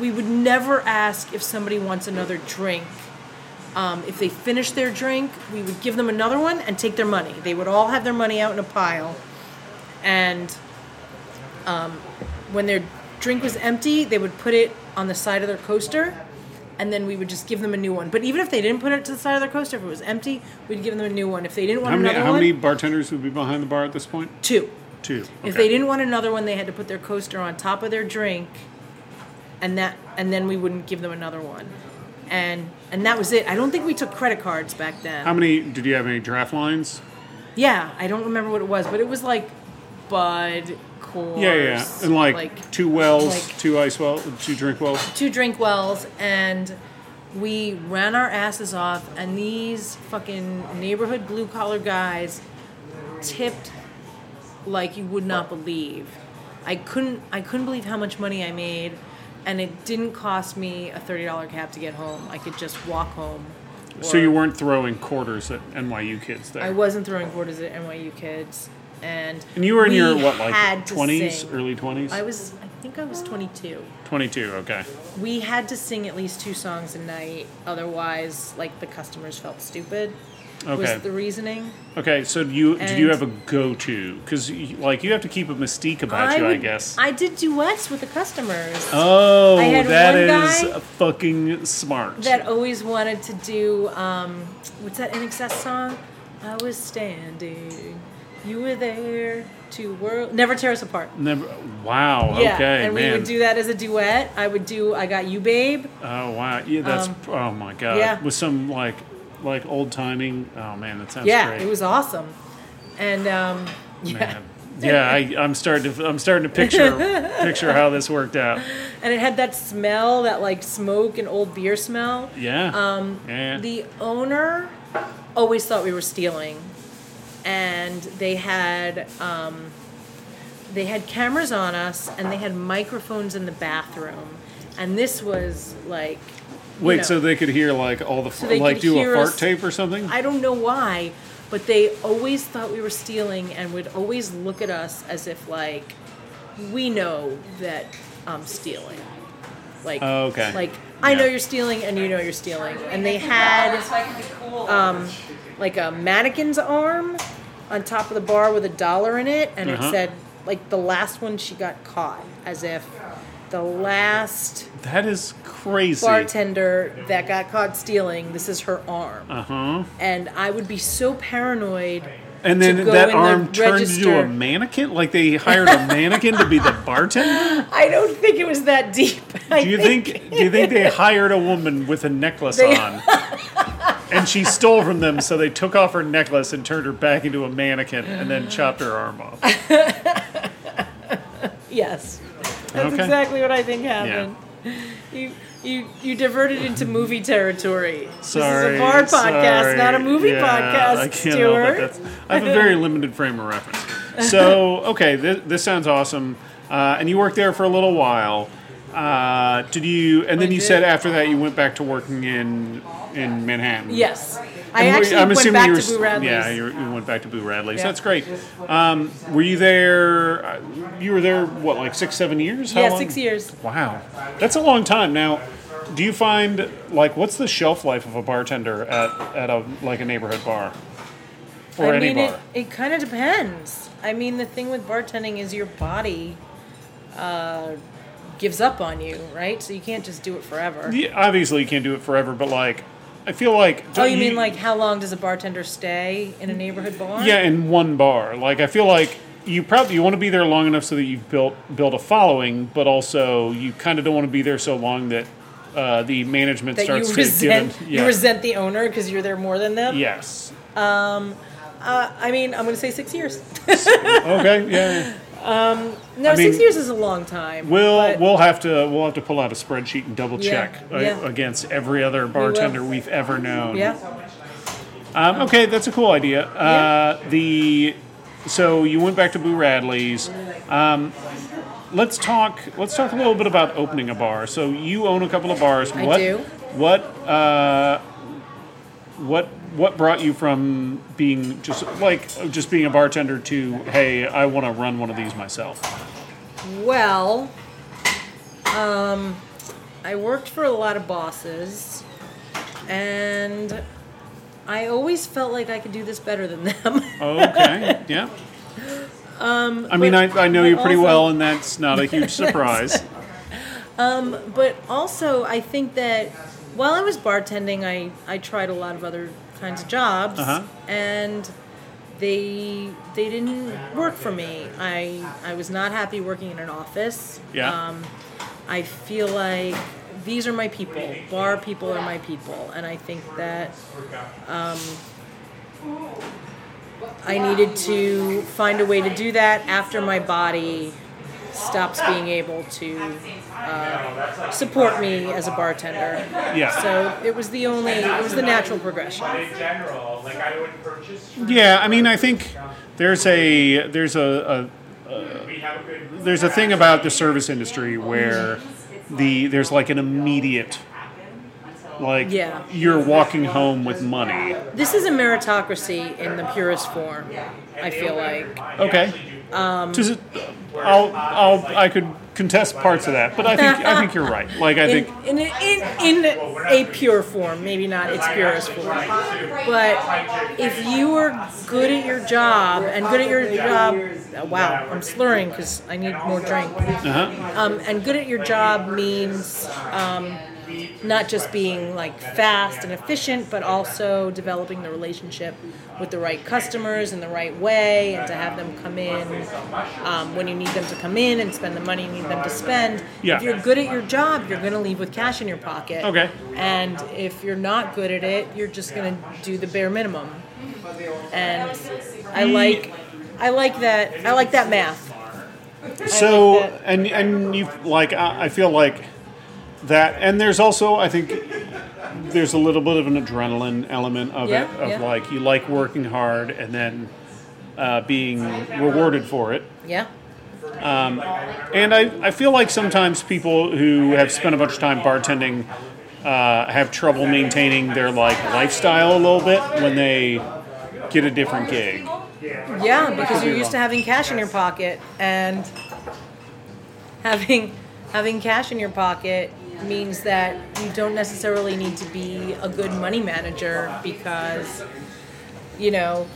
S1: we would never ask if somebody wants another drink. Um, if they finished their drink, we would give them another one and take their money. They would all have their money out in a pile, and um, when their drink was empty, they would put it on the side of their coaster, and then we would just give them a new one. But even if they didn't put it to the side of their coaster, if it was empty, we'd give them a new one. If they didn't want
S2: How many
S1: another
S2: how
S1: one,
S2: many bartenders would be behind the bar at this point?
S1: two.
S2: Two.
S1: If
S2: Okay.
S1: they didn't want another one, they had to put their coaster on top of their drink, and that, and then we wouldn't give them another one, and and that was it. I don't think we took credit cards back then.
S2: How many did you have any draft lines?
S1: yeah, I don't remember what it was, but it was like Bud, Coors,
S2: Yeah, yeah. And like, two wells,
S1: like-
S2: two ice wells, two drink wells.
S1: two drink wells, and we ran our asses off, and these fucking neighborhood blue collar guys tipped like you would not believe. I couldn't I couldn't believe how much money I made and it didn't cost me a $30 cab to get home. I could just walk home.
S2: So you
S1: or-
S2: weren't throwing quarters at NYU kids there.
S1: I wasn't throwing quarters at NYU kids and
S2: And you were in
S1: we
S2: your what like
S1: had to
S2: twenties,
S1: sing.
S2: early twenties?
S1: I was I think I was 22.
S2: twenty two, okay.
S1: We had to sing at least two songs a night otherwise like the customers felt stupid.
S2: Okay.
S1: Was the reasoning?
S2: Okay, so do you did you
S1: And-
S2: have a go to? Because like you have to keep a mystique about you, I
S1: would-
S2: guess.
S1: I did duets with the customers.
S2: oh,
S1: I had
S2: that
S1: one
S2: is
S1: guy
S2: fucking smart.
S1: that always wanted to do um, what's that NXS song? I was standing, you were there to world never tear us apart.
S2: Never. Wow.
S1: Yeah,
S2: Mm, okay,
S1: and
S2: man.
S1: we would do that as a duet. I would do "I Got You, Babe."
S2: Oh wow! Yeah, that's oh my god.
S1: Um, yeah.
S2: With some like like old timing. Oh man, that sounds
S1: yeah,
S2: great.
S1: it was awesome, and um, yeah,
S2: Man. Yeah, I, I'm starting to I'm starting to picture picture how this worked out.
S1: and it had that smell, that like smoke and old beer smell.
S2: Yeah. Um. Yeah.
S1: The owner always thought we were stealing, and they had um, they had cameras on us, and they had microphones in the bathroom, and this was like you
S2: Wait,
S1: know,
S2: so they could hear like all the f
S1: they
S2: like
S1: could
S2: do a
S1: hear
S2: fart
S1: us-
S2: tape or something.
S1: I don't know why, but they always thought we were stealing, and would always look at us as if like we know that I'm stealing, like
S2: Oh, okay.
S1: like I know
S2: Yeah.
S1: you're stealing, and you know you're stealing, and they had. um, like a mannequin's arm on top of the bar with a dollar in it, and
S2: Uh-huh.
S1: it said like the last one she got caught, as if the last
S2: that is crazy.
S1: bartender that got caught stealing, this is her arm.
S2: Uh huh.
S1: And I would be so paranoid.
S2: And
S1: to
S2: then
S1: go
S2: that
S1: in the
S2: arm turned into a
S1: register.
S2: mannequin. Like they hired a mannequin to be the bartender.
S1: I don't think it was that deep.
S2: Do you think? Do you think they hired a woman with a necklace
S1: They-
S2: on? And she stole from them, so they took off her necklace and turned her back into a mannequin, and then chopped her arm off.
S1: Yes. That's
S2: Okay.
S1: exactly what I think happened. You you you diverted into movie territory.
S2: Sorry,
S1: this is a bar podcast,
S2: sorry.
S1: not a movie
S2: Yeah,
S1: podcast,
S2: I can't help
S1: Stuart.
S2: it. That's- I have a very limited frame of reference. So okay, this, this sounds awesome. Uh, and you worked there for a little while. Uh, did you? And then
S1: I
S2: you
S1: did.
S2: said after that you went back to working in in Manhattan.
S1: Yes. I
S2: And were-
S1: actually
S2: I'm
S1: went
S2: assuming
S1: back
S2: you were,
S1: to Boo Radley's.
S2: Yeah, you were- you went back to Boo Radley's.
S1: Yeah.
S2: That's great. Um, were you there? uh, You were there what, like six, seven years? How
S1: Yeah,
S2: long?
S1: six years.
S2: Wow, that's a long time. Now, do you find like what's the shelf life of a bartender at at a like a neighborhood bar or
S1: I
S2: any
S1: mean,
S2: bar?
S1: It, it kind of depends. I mean, the thing with bartending is your body uh, gives up on you, right? So you can't just do it forever.
S2: Yeah, obviously, you can't do it forever, but like, I feel like.
S1: Oh, you mean like how long does a bartender stay in a neighborhood bar?
S2: Yeah, in one bar. Like, I feel like you probably you want to be there long enough so that you've built built a following, but also you kind of don't want to be there so long that uh, the management
S1: That
S2: starts
S1: you
S2: to
S1: resent,
S2: give.
S1: you resent the owner because you're there more than them.
S2: Yes.
S1: Uh, I mean, I'm going to say six years.
S2: Okay. Yeah.
S1: no,
S2: I
S1: six
S2: mean,
S1: years is a long time.
S2: We'll
S1: but-
S2: we'll have to we'll have to pull out a spreadsheet and double
S1: Yeah,
S2: check
S1: yeah.
S2: uh, against every other bartender we've ever known.
S1: yeah,
S2: Um, okay, that's a cool idea. Uh, The so you went back to Boo Radley's. Um, let's talk. Let's talk a little bit about opening a bar. So you own a couple of bars.
S1: I
S2: What
S1: do.
S2: what uh, what what brought you from being just like just being a bartender to hey, I want to run one of these myself.
S1: Well, um, I worked for a lot of bosses, and I always felt like I could do this better than them.
S2: Okay. yeah. Um, I mean,
S1: but-
S2: I, I know
S1: but
S2: you pretty
S1: also-
S2: well, and that's not a huge surprise.
S1: but also, I think that while I was bartending, I, I tried a lot of other kinds of jobs,
S2: Uh-huh.
S1: and they they didn't work for me. I I was not happy working in an office.
S2: Yeah.
S1: Um, I feel like these are my people. Bar people are my people, and I think that um, I needed to find a way to do that after my body stops being able to uh, support me as a bartender.
S2: Yeah.
S1: So it was the only, it was the natural progression.
S3: But in general, like I would purchase.
S2: Yeah, I mean, I think there's a there's a,
S3: We have a good.
S2: a there's a thing about the service industry where the there's like an immediate like
S1: Yeah.
S2: you're walking home with money.
S1: This is a meritocracy in the purest form. I feel like.
S2: Okay. Um, I'll, I'll I could contest parts of that, but I think I think you're right. Like I
S1: in,
S2: think
S1: in, in, in a pure form, maybe not its purest form. But if you are good at your job and good at your job, oh, wow, I'm slurring because I need more drink.
S2: Uh-huh.
S1: Um, and good at your job means um, not just being like fast and efficient, but also developing the relationship with the right customers in the right way, and to have them come in um, when you need them to come in and spend the money you need them to spend.
S2: Yeah.
S1: If you're good at your job, you're going to leave with cash in your pocket.
S2: Okay.
S1: And if you're not good at it, you're just going to do the bare minimum. And I like, I like that. I like that math.
S2: so
S1: like that.
S2: and and you like I, I feel like that and there's also i think there's a little bit of an adrenaline element of
S1: Yeah,
S2: it of
S1: yeah.
S2: like you like working hard and then uh, being rewarded for it
S1: Yeah.
S2: and I, I feel like sometimes people who have spent a bunch of time bartending uh, have trouble maintaining their like lifestyle a little bit when they get a different gig
S1: Yeah, because you're used to having cash in your pocket, and having having cash in your pocket means that you don't necessarily need to be a good money manager because you know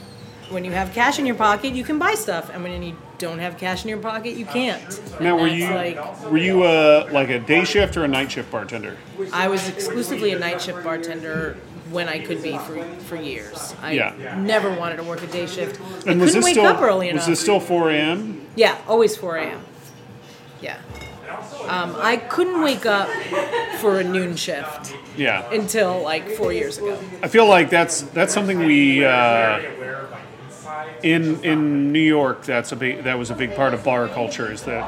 S1: when you have cash in your pocket you can buy stuff and when you don't have cash in your pocket you can't
S2: now were
S1: And
S2: you
S1: that's
S2: were you a, like a day shift or a night shift bartender
S1: like i was exclusively a night shift bartender when i could be for, for years i
S2: Yeah.
S1: never wanted to work a day shift i
S2: And
S1: couldn't
S2: was this
S1: wake
S2: still
S1: up early enough
S2: was this still 4 a.m.?
S1: Yeah, always 4 a.m. Yeah. Um, I couldn't wake up for a noon shift
S2: Yeah,
S1: until like four years ago.
S2: I feel like that's that's something we uh, in in New York. That's a big that was a big part of bar culture is that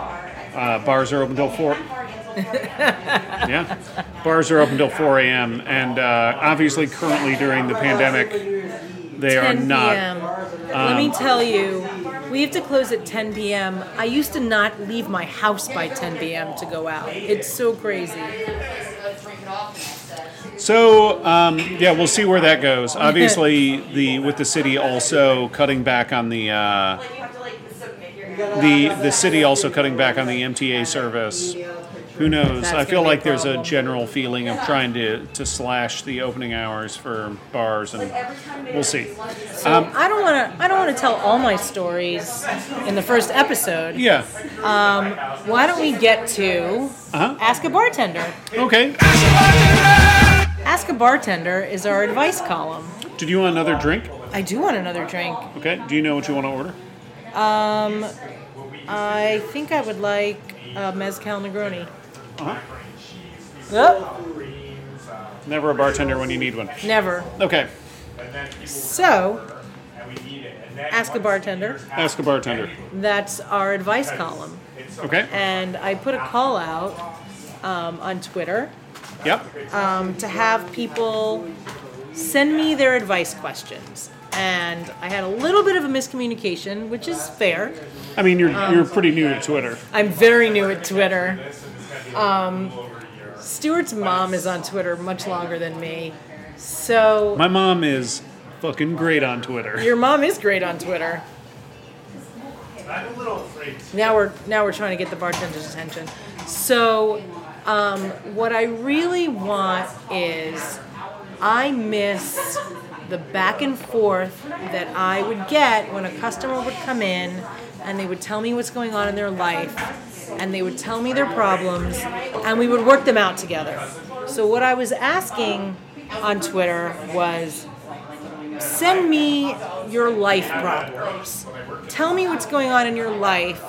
S2: uh, bars are open till four. yeah, bars are open till 4 a.m. and uh, obviously currently during the pandemic, They are
S1: 10
S2: not. um,
S1: p.m. Let me tell you, we have to close at 10 p.m. I used to not leave my house by 10 p.m. to go out. It's so crazy.
S2: So um, yeah, we'll see where that goes. Obviously, the with the city also cutting back on the uh, the the city also cutting back on the MTA service. Who knows?
S1: That's
S2: I feel
S1: gonna be a
S2: like there's a
S1: problem.
S2: general feeling of trying to to slash the opening hours for bars, and we'll see. Um,
S1: I don't want to. I don't want to tell all my stories in the first episode.
S2: yeah.
S1: Why don't we get to
S2: Uh huh.
S1: ask a bartender?
S2: Okay.
S1: Ask a bartender is our advice column.
S2: Did you want another drink?
S1: I do want another drink.
S2: Okay. Do you know what you want to order?
S1: I think I would like a mezcal Negroni.
S2: Uh-huh.
S1: Oh,
S2: Never a bartender when you need one.
S1: never.
S2: Okay.
S1: So, ask a bartender.
S2: Ask a bartender.
S1: That's our advice column.
S2: Okay.
S1: And I put a call out um, on Twitter
S2: Yep.
S1: um, to have people send me their advice questions. And I had a little bit of a miscommunication, which is fair.
S2: I mean, you're you're pretty new to Twitter.
S1: I'm very new at Twitter. Um, Stuart's mom is on Twitter much longer than me. So,
S2: My mom is fucking great on Twitter.
S1: Your mom is great on Twitter.
S3: I'm a little afraid.
S1: Now we're now we're trying to get the bartender's attention. So, um, what I really want is, I miss the back and forth that I would get when a customer would come in and they would tell me what's going on in their life and they would tell me their problems and we would work them out together. So what I was asking on Twitter was send me your life problems. Tell me what's going on in your life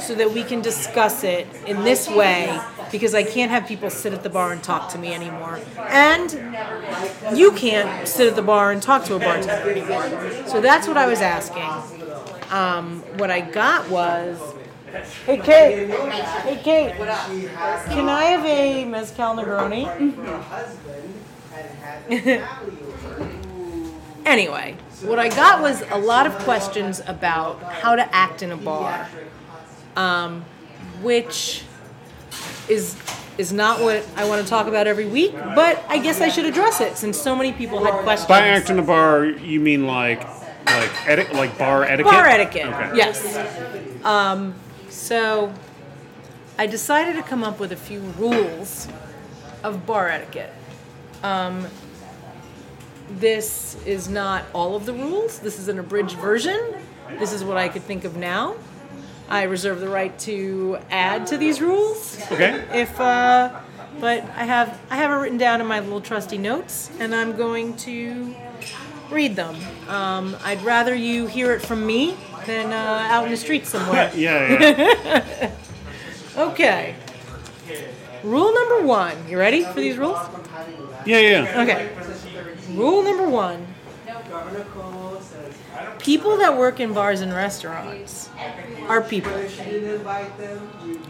S1: so that we can discuss it in this way because I can't have people sit at the bar and talk to me anymore. And you can't sit at the bar and talk to a bartender anymore. So that's what I was asking. Um, what I got was Hey Kate, hey Kate, can I have a Mezcal Negroni? Anyway, what I got was a lot of questions about how to act in a bar, um, which is is not what I want to talk about every week. But I guess I should address it since so many people had questions.
S2: By act in a bar, you mean like like eti- like bar etiquette?
S1: Bar etiquette.
S2: Okay.
S1: Yes. Um, so I decided to come up with a few rules of bar etiquette. Um, this is not all of the rules, this is an abridged version. This is what I could think of now. I reserve the right to add to these rules
S2: Okay.
S1: if uh, but I have I have it written down in my little trusty notes, and I'm going to read them. Um, I'd rather you hear it from me than uh, out in the street somewhere.
S2: Yeah, yeah.
S1: Okay. Rule number one. You ready for these rules?
S2: Yeah, yeah.
S1: Okay. Rule number one. People that work in bars and restaurants are people.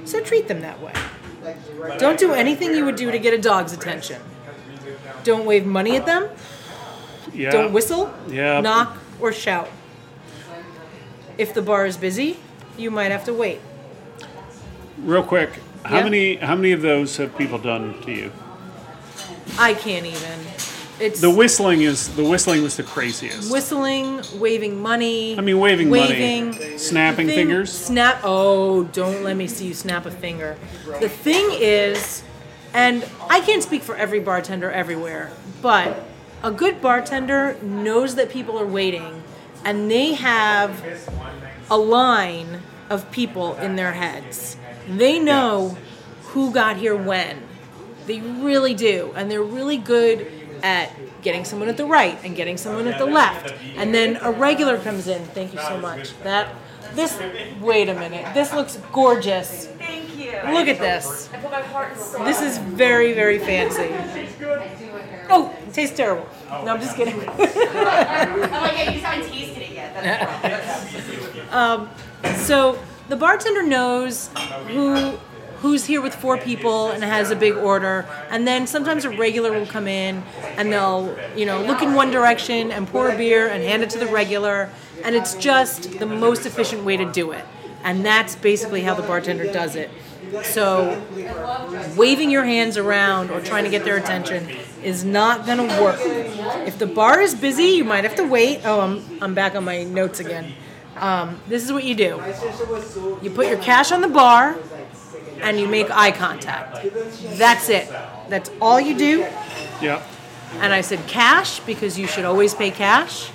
S1: So treat them that way. Don't do anything you would do to get a dog's attention. Don't wave money at them.
S2: yeah.
S1: Don't whistle,
S2: Yeah.
S1: knock, or shout. If the bar is busy, you might have to wait.
S2: Real quick, how
S1: Yeah.
S2: many how many of those have people done to you?
S1: I can't even. It's
S2: The whistling is the whistling was the craziest.
S1: whistling, waving money.
S2: I mean, waving,
S1: waving.
S2: money, snapping
S1: thing-
S2: fingers.
S1: Snap. Oh, don't let me see you snap a finger. The thing is, and I can't speak for every bartender everywhere, but a good bartender knows that people are waiting and they have a line of people in their heads. They know who got here when. They really do. And they're really good at getting someone at the right and getting someone at the left. And then a regular comes in. Thank you so much. That this wait a minute. This looks gorgeous.
S4: Thank you.
S1: Look at this.
S4: I put my heart and soul.
S1: This is very, very fancy. Oh, it tastes terrible. No, I'm just kidding.
S4: I'm like, yeah, you just haven't tasted it yet. That's the problem.
S1: So the bartender knows who who's here with four people and has a big order, and then sometimes a regular will come in and they'll you know look in one direction and pour a beer and hand it to the regular, and it's just the most efficient way to do it, and that's basically how the bartender does it. So waving your hands around or trying to get their attention is not going to work. If the bar is busy, you might have to wait. Oh, I'm, I'm back on my notes again. Um, this is what you do you put your cash on the bar and you make eye contact. That's it. That's all you do.
S2: Yeah.
S1: And I said cash because you should always pay cash.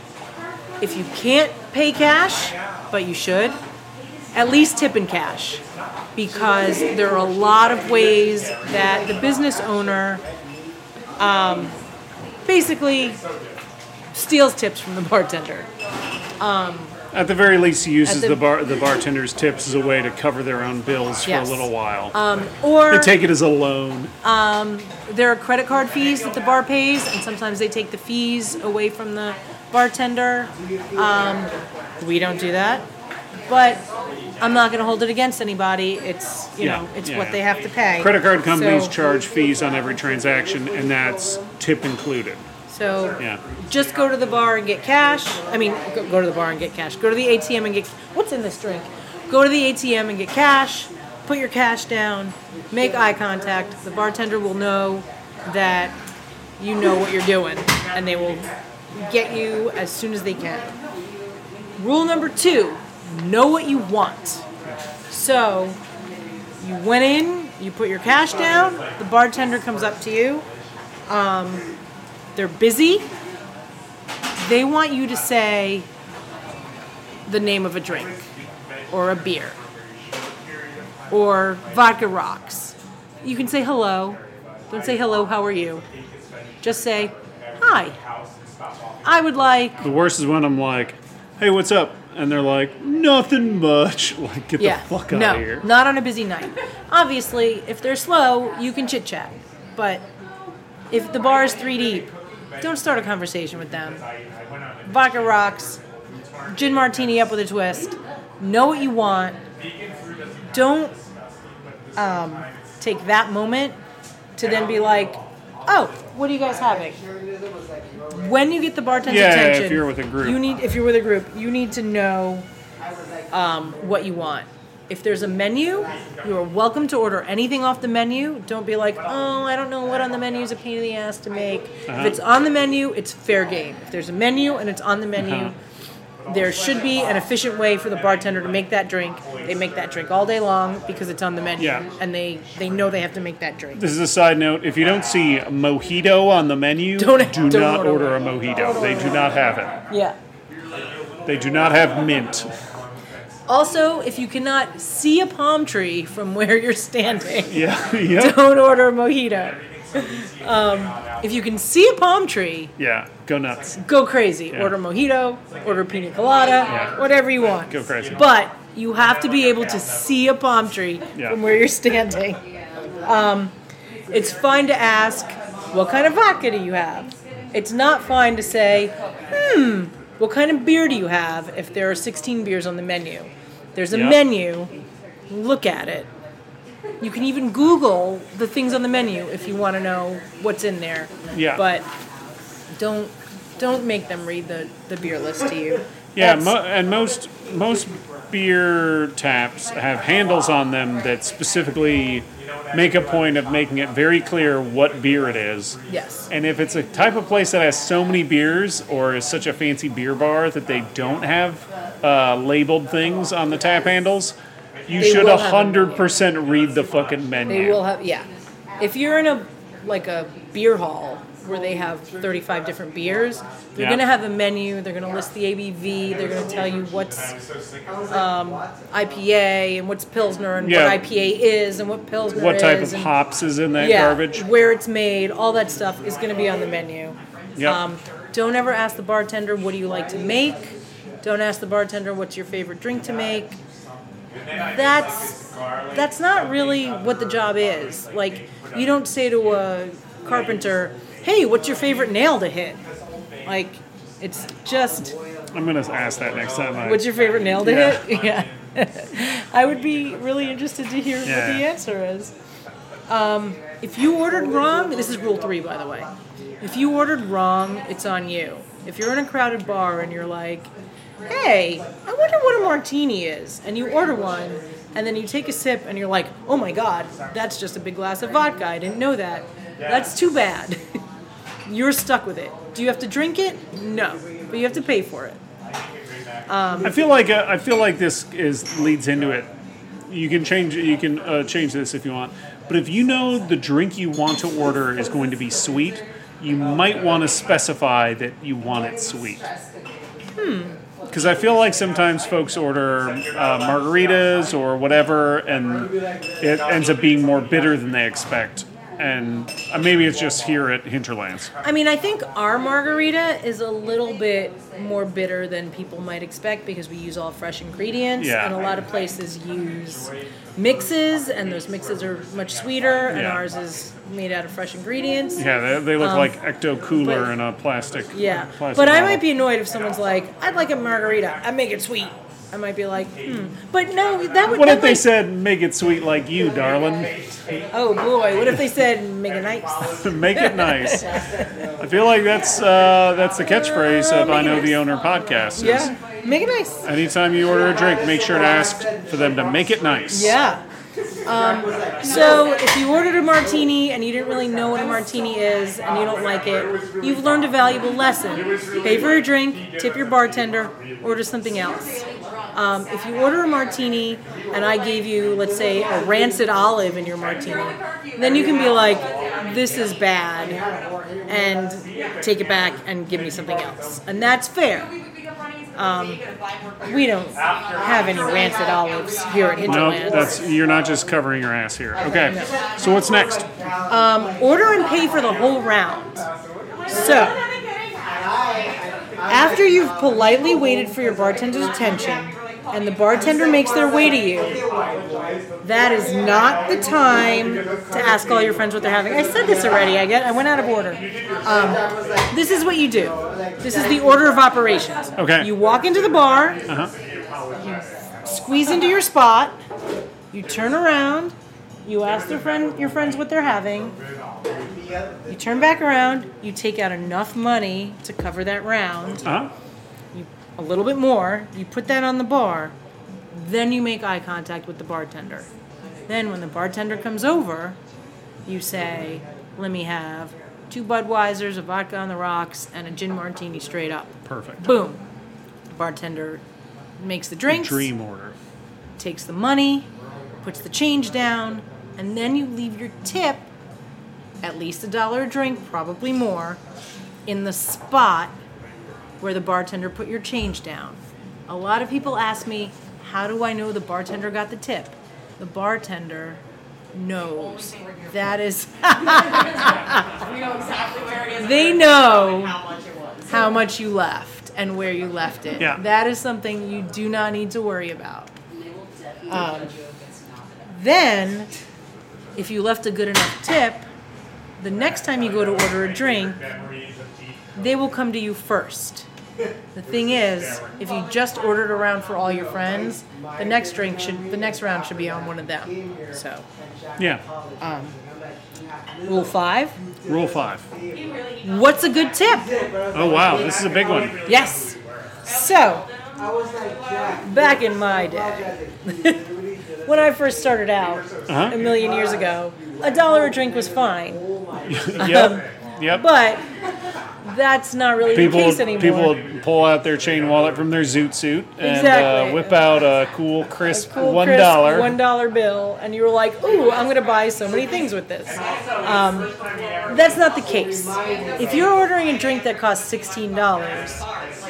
S1: If you can't pay cash, but you should, at least tip in cash because there are a lot of ways that the business owner um, basically steals tips from the bartender. Um,
S2: At the very least, he uses
S1: the-
S2: the, bar the bartender's tips as a way to cover their own
S1: Yes.
S2: bills for a little while.
S1: um, or
S2: they take it as a loan.
S1: um, there are credit card fees that the bar pays, and sometimes they take the fees away from the bartender. Um, we don't do that, but I'm not going to hold it against anybody. It's you
S2: Yeah,
S1: know it's
S2: yeah,
S1: what
S2: yeah.
S1: they have to pay.
S2: Credit card companies
S1: So-
S2: charge fees on every transaction, and that's tip included.
S1: So
S2: Yeah.
S1: just go to the bar and get cash. I mean, go, go to the bar and get cash. Go to the ATM and get what's in this drink. Go to the ATM and get cash. Put your cash down. Make eye contact. The bartender will know that you know what you're doing, and they will get you as soon as they can. Rule number two: know what you want. So you went in, you put your cash down. The bartender comes up to you. Um, they're busy. They want you to say the name of a drink or a beer or vodka rocks. You can say hello. Don't say hello, how are you? Just say, hi. I would like
S2: The worst is when I'm like, "Hey, what's up?" and they're like, "Nothing much." Like, get the fuck out
S1: no,
S2: of here.
S1: Not on a busy night. Obviously, if they're slow, you can chit chat. But if the bar is three deep, don't start a conversation with them. Vodka rocks, gin martini up with a twist. Know what you want. Don't um, take that moment to then be like, "Oh, what are you guys having?" When you get the bartender's
S2: Yeah, yeah, if
S1: attention,
S2: you're with a group.
S1: you need if you're with a group, you need to know um, what you want. If there's a menu, you are welcome to order anything off the menu. Don't be like, oh, I don't know what on the menu is a pain in the ass to make. If
S2: Uh-huh.
S1: it's on the menu, it's fair game. If there's a menu and it's on the menu,
S2: Uh-huh.
S1: there should be an efficient way for the bartender to make that drink. They make that drink all day long because it's on the menu,
S2: Yeah.
S1: and they they know they have to make that drink.
S2: This is a side note. If you don't see mojito on the menu,
S1: Don't-
S2: do
S1: don't
S2: not
S1: order
S2: order a mojito. They do not have it.
S1: Yeah.
S2: They do not have mint.
S1: Also, if you cannot see a palm tree from where you're standing,
S2: Yeah, yeah,
S1: don't order a mojito. Um, if you can see a palm tree,
S2: yeah. Go nuts.
S1: go crazy.
S2: Yeah.
S1: Order mojito, order pina colada,
S2: Yeah.
S1: whatever you want.
S2: Go crazy.
S1: But you have to be able to see a palm tree
S2: Yeah.
S1: from where you're standing. Um, it's fine to ask, what kind of vodka do you have? It's not fine to say, hmm, what kind of beer do you have if there are 16 beers on the menu? There's a
S2: Yeah.
S1: menu, look at it. You can even Google the things on the menu if you want to know what's in there.
S2: Yeah.
S1: But don't don't make them read the, the beer list to you.
S2: Yeah,
S1: That's-
S2: mo- and most most beer taps have handles on them that specifically make a point of making it very clear what beer it is.
S1: yes.
S2: And if it's a type of place that has so many beers or is such a fancy beer bar that they don't have uh, labeled things on the tap handles, you
S1: They
S2: should
S1: will have them.
S2: 100% read the fucking
S1: They
S2: menu.
S1: will have yeah. If you're in a like a beer hall where they have 35 different beers, they're
S2: Yeah.
S1: gonna have a menu. They're gonna list the ABV. They're gonna tell you what's um, IPA and what's Pilsner and
S2: Yeah.
S1: what IPA is and what Pilsner
S2: what type
S1: is
S2: of
S1: and-
S2: hops is in that
S1: yeah,
S2: garbage?
S1: where it's made, all that stuff is gonna be on the menu.
S2: Yep.
S1: Um, don't ever ask the bartender what do you like to make. Don't ask the bartender what's your favorite drink to make. That's that's not really what the job is. Like you don't say to a carpenter, "Hey, what's your favorite nail to hit?" Like it's just
S2: I'm going to ask that next time. I,
S1: what's your favorite nail to
S2: Yeah.
S1: hit? Yeah. I would be really interested to hear what the
S2: Yeah.
S1: answer is. Um, if you ordered wrong, this is rule three, by the way. If you ordered wrong, it's on you. If you're in a crowded bar and you're like, hey, I wonder what a martini is, and you order one, and then you take a sip and you're like, oh my god, that's just a big glass of vodka. I didn't know that. That's too bad. you're stuck with it. Do you have to drink it? No. But you have to pay for it.
S2: I feel like uh, I feel like this is leads into it. You can change you can uh, change this if you want, but if you know the drink you want to order is going to be sweet, you might want to specify that you want it sweet. Hmm. Because I feel like sometimes folks order uh, margaritas or whatever, and it ends up being more bitter than they expect. And uh, maybe it's just here at Hinterlands.
S1: I mean, I think our margarita is a little bit more bitter than people might expect because we use all fresh ingredients,
S2: Yeah.
S1: and a lot of places use mixes, and those mixes are much sweeter, and
S2: Yeah.
S1: ours is made out of fresh ingredients.
S2: Yeah, they, they look like ecto cooler in a plastic.
S1: Um, Yeah,
S2: plastic
S1: but I
S2: bottle.
S1: might be annoyed if someone's like, "I'd like a margarita. I make it sweet." I might be like, "Hmm," but no, that would.
S2: What
S1: that
S2: if they
S1: might-
S2: said, make it sweet like you, darling?
S1: "Oh boy," what if they said, "Make it nice."
S2: make it nice. I feel like that's uh, that's the catchphrase of I Know the Owner podcast. is,
S1: Yeah, make it nice.
S2: Anytime you order a drink, make sure to ask for them to make it nice.
S1: Yeah. Um, so if you ordered a martini and you didn't really know what a martini is and you don't like it, you've learned a valuable lesson. Pay for your drink, tip your bartender, order something else. Um, if you order a martini and I gave you, let's say, a rancid olive in your martini, then you can be like, this is bad, and take it back and give me something else. And that's fair.
S4: Um,
S1: We don't have any rancid olives here at
S2: No,
S1: Hinterlands.
S2: that's you're not just covering your ass here. Okay. So what's next?
S1: Um, order and pay for the whole round. So, after you've politely waited for your bartender's attention and the bartender makes their way to you, that is not the time to ask all your friends what they're having. I said this already. I get I went out of order. Um, this is what you do. This is the order of operations.
S2: Okay.
S1: You walk into the bar, squeeze into your spot, you turn around, you ask their friend your friends what they're having, you turn back around, you take out enough money to cover that round,
S2: Huh?
S1: you, a little bit more, you put that on the bar, then you make eye contact with the bartender. Then when the bartender comes over, you say, Let me have two Budweisers, a vodka on the rocks, and a gin martini straight up.
S2: Perfect.
S1: Boom. The bartender makes the drinks
S2: Dream order.
S1: takes the money, puts the change down, and then you leave your tip, at least a dollar a drink, probably more, in the spot where the bartender put your change down. A lot of people ask me, how do I know the bartender got the tip? The bartender knows. That is
S4: we know exactly where it is.
S1: They know.
S4: How much it was.
S1: how much you left and where you left it.
S2: Yeah.
S1: That is something you do not need to worry about. Then, if you left a good enough tip, the next time you go to order a drink,
S3: Memories of deep
S1: they will come to you first. The thing is, if you just ordered a round for all your friends, the next drink should, the next round should be on one of them. So, Um,
S2: Yeah.
S1: rule five.
S2: Rule five.
S1: What's a good tip?
S2: Oh wow, this is a big one.
S1: Yes. So, back in my day, when I first started out
S2: Uh-huh.
S1: a million years ago, a dollar a drink was fine.
S2: yep. Yep.
S1: But that's not really
S2: People,
S1: the case anymore.
S2: people would pull out their chain wallet from their zoot suit and
S1: Exactly.
S2: uh, whip out a cool, crisp
S1: Cool
S2: one
S1: crisp
S2: dollar.
S1: one dollar bill, and you were like, "Ooh, I'm going to buy so many things with this." Um, that's not the case. If you're ordering a drink that costs sixteen dollars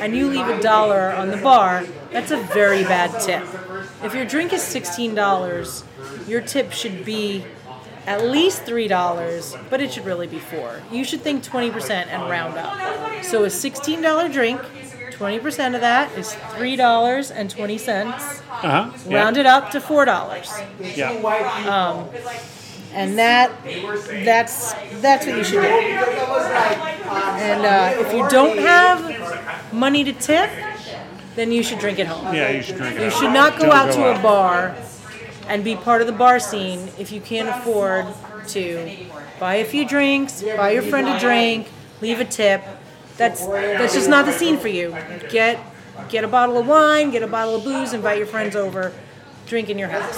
S1: and you leave a dollar on the bar, that's a very bad tip. If your drink is sixteen dollars, your tip should be at least three dollars, but it should really be four. You should think twenty percent and round up. So a sixteen dollar drink. 20% of that is $3.20
S2: Uh-huh. Yeah.
S1: round it up to four dollars,
S2: Yeah.
S1: Um, and that that's that's what you should do. And uh, if you don't have money to tip, then you should drink at home.
S2: Yeah, you should drink it.
S1: You
S2: out.
S1: should not go
S2: Don't
S1: out to a bar and be part of the bar scene if you can't afford to buy a few drinks, buy your friend a drink, leave a tip. That's that's just not the scene for you. Get get a bottle of wine, get a bottle of booze, invite your friends over, drink in your house.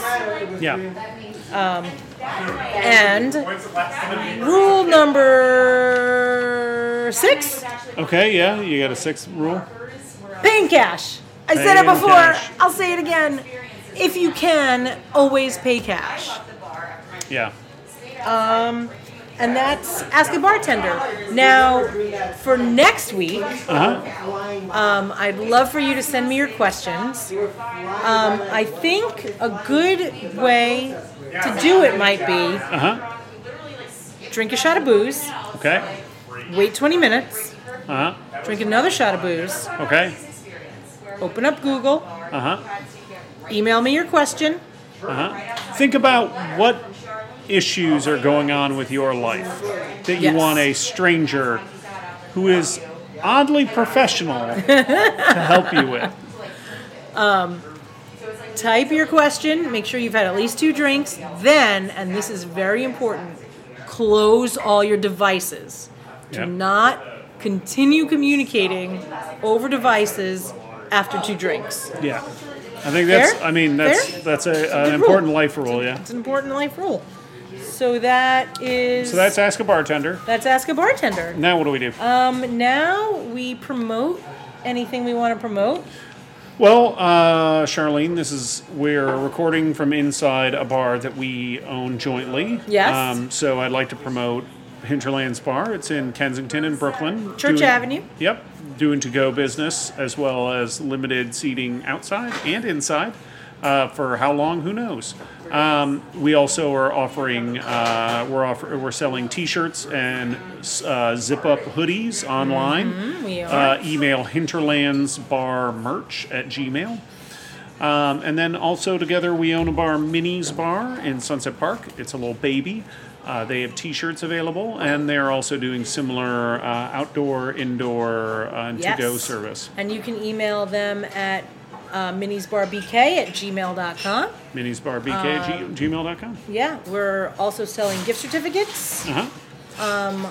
S2: Yeah,
S1: And
S3: When's the last time you
S1: rule number six.
S2: okay, yeah, you got a sixth rule?
S1: Paying cash. I said it
S2: Paying
S1: before.
S2: cash.
S1: I'll say it again. If you can, always pay cash.
S2: Yeah.
S1: And that's Ask a Bartender. Now, for next week,
S2: Uh-huh.
S1: um, I'd love for you to send me your questions. Um, I think a good way to do it might be
S2: Uh-huh.
S1: drink a shot of booze,
S2: Okay.
S1: wait 20 minutes,
S2: Uh-huh.
S1: drink another shot of booze,
S2: Okay.
S1: open up E Google,
S2: Uh-huh.
S1: email me your question.
S2: Uh-huh. Think about what issues are going on with your life that you
S1: Yes.
S2: want a stranger who is oddly professional to help you with.
S1: type your question, make sure you've had at least two drinks, then, and this is very important, close all your devices. Do
S2: Yep.
S1: not continue communicating over devices after two drinks.
S2: Yeah. I think that's
S1: Fair?
S2: I mean that's
S1: Fair?
S2: that's a,
S1: good
S2: an
S1: rule.
S2: important life rule, yeah.
S1: It's an important life rule. So that is
S2: So that's ask a bartender.
S1: that's ask a bartender.
S2: Now what do we do?
S1: Um, now we promote anything we want to promote.
S2: Well, uh, Charlene, this is we're recording from inside a bar that we own jointly. Um,
S1: Yes.
S2: so I'd like to promote Hinterlands Bar. It's in Kensington in Brooklyn.
S1: Church Avenue.
S2: Yep, doing to go business as well as limited seating outside and inside. Uh, for how long? Who knows. Um, we also are offering uh, we're offer, we're selling T-shirts and uh, zip-up hoodies online
S1: We are
S2: uh, email hinterlandsbarmerch at gmail. Um, and then also together we own a bar, Minis Bar in Sunset Park. It's a little baby. Uh, they have T-shirts available, and they're also doing similar uh, outdoor, indoor, uh, and
S1: Yes.
S2: to-go service.
S1: and you can email them at uh, minisbarbk at gmail.com.
S2: Minisbarbk at
S1: Um,
S2: g- gmail.com.
S1: Yeah, we're also selling gift certificates.
S2: Uh-huh.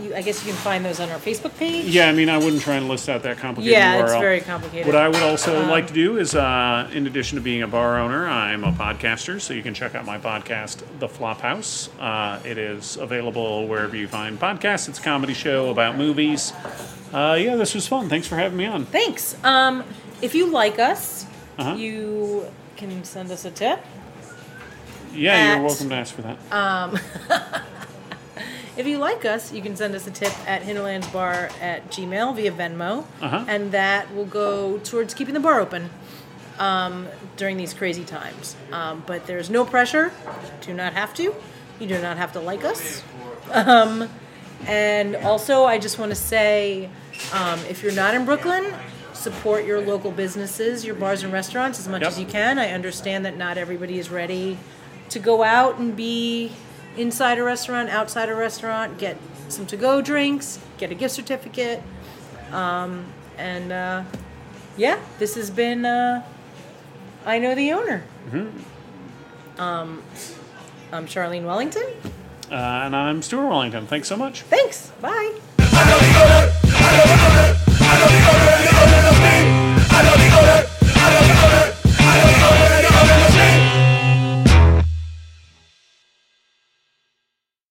S1: You, I guess you can find those on our Facebook page.
S2: Yeah, I mean, I wouldn't try and list out that complicated
S1: Yeah,
S2: URL.
S1: it's very complicated.
S2: What I would also like to do is, uh, in addition to being a bar owner, I'm a podcaster, so you can check out my podcast, The Flop House. Uh, it is available wherever you find podcasts. It's a comedy show about movies. Uh, yeah, this was fun. Thanks for having me on.
S1: Thanks. Um, if you like us,
S2: Uh-huh.
S1: you can send us a tip.
S2: Yeah,
S1: At-
S2: you're welcome to ask for that.
S1: If you like us, you can send us a tip at hinterlandsbar at gmail via Venmo,
S2: Uh-huh.
S1: and that will go towards keeping the bar open um, during these crazy times. Um, but there's no pressure. You do not have to. You do not have to like us. Um, and also, I just want to say um, if you're not in Brooklyn, support your local businesses, your bars and restaurants as much
S2: Yep.
S1: as you can. I understand that not everybody is ready to go out and be inside a restaurant, outside a restaurant, get some to go drinks, get a gift certificate. Um, and uh, yeah, this has been uh, I Know the Owner. Um, I'm Charlene Wellington.
S2: Uh, and I'm Stuart Wellington. Thanks so much.
S1: Thanks. Bye.
S5: I know the owner. I know the owner. I know the owner.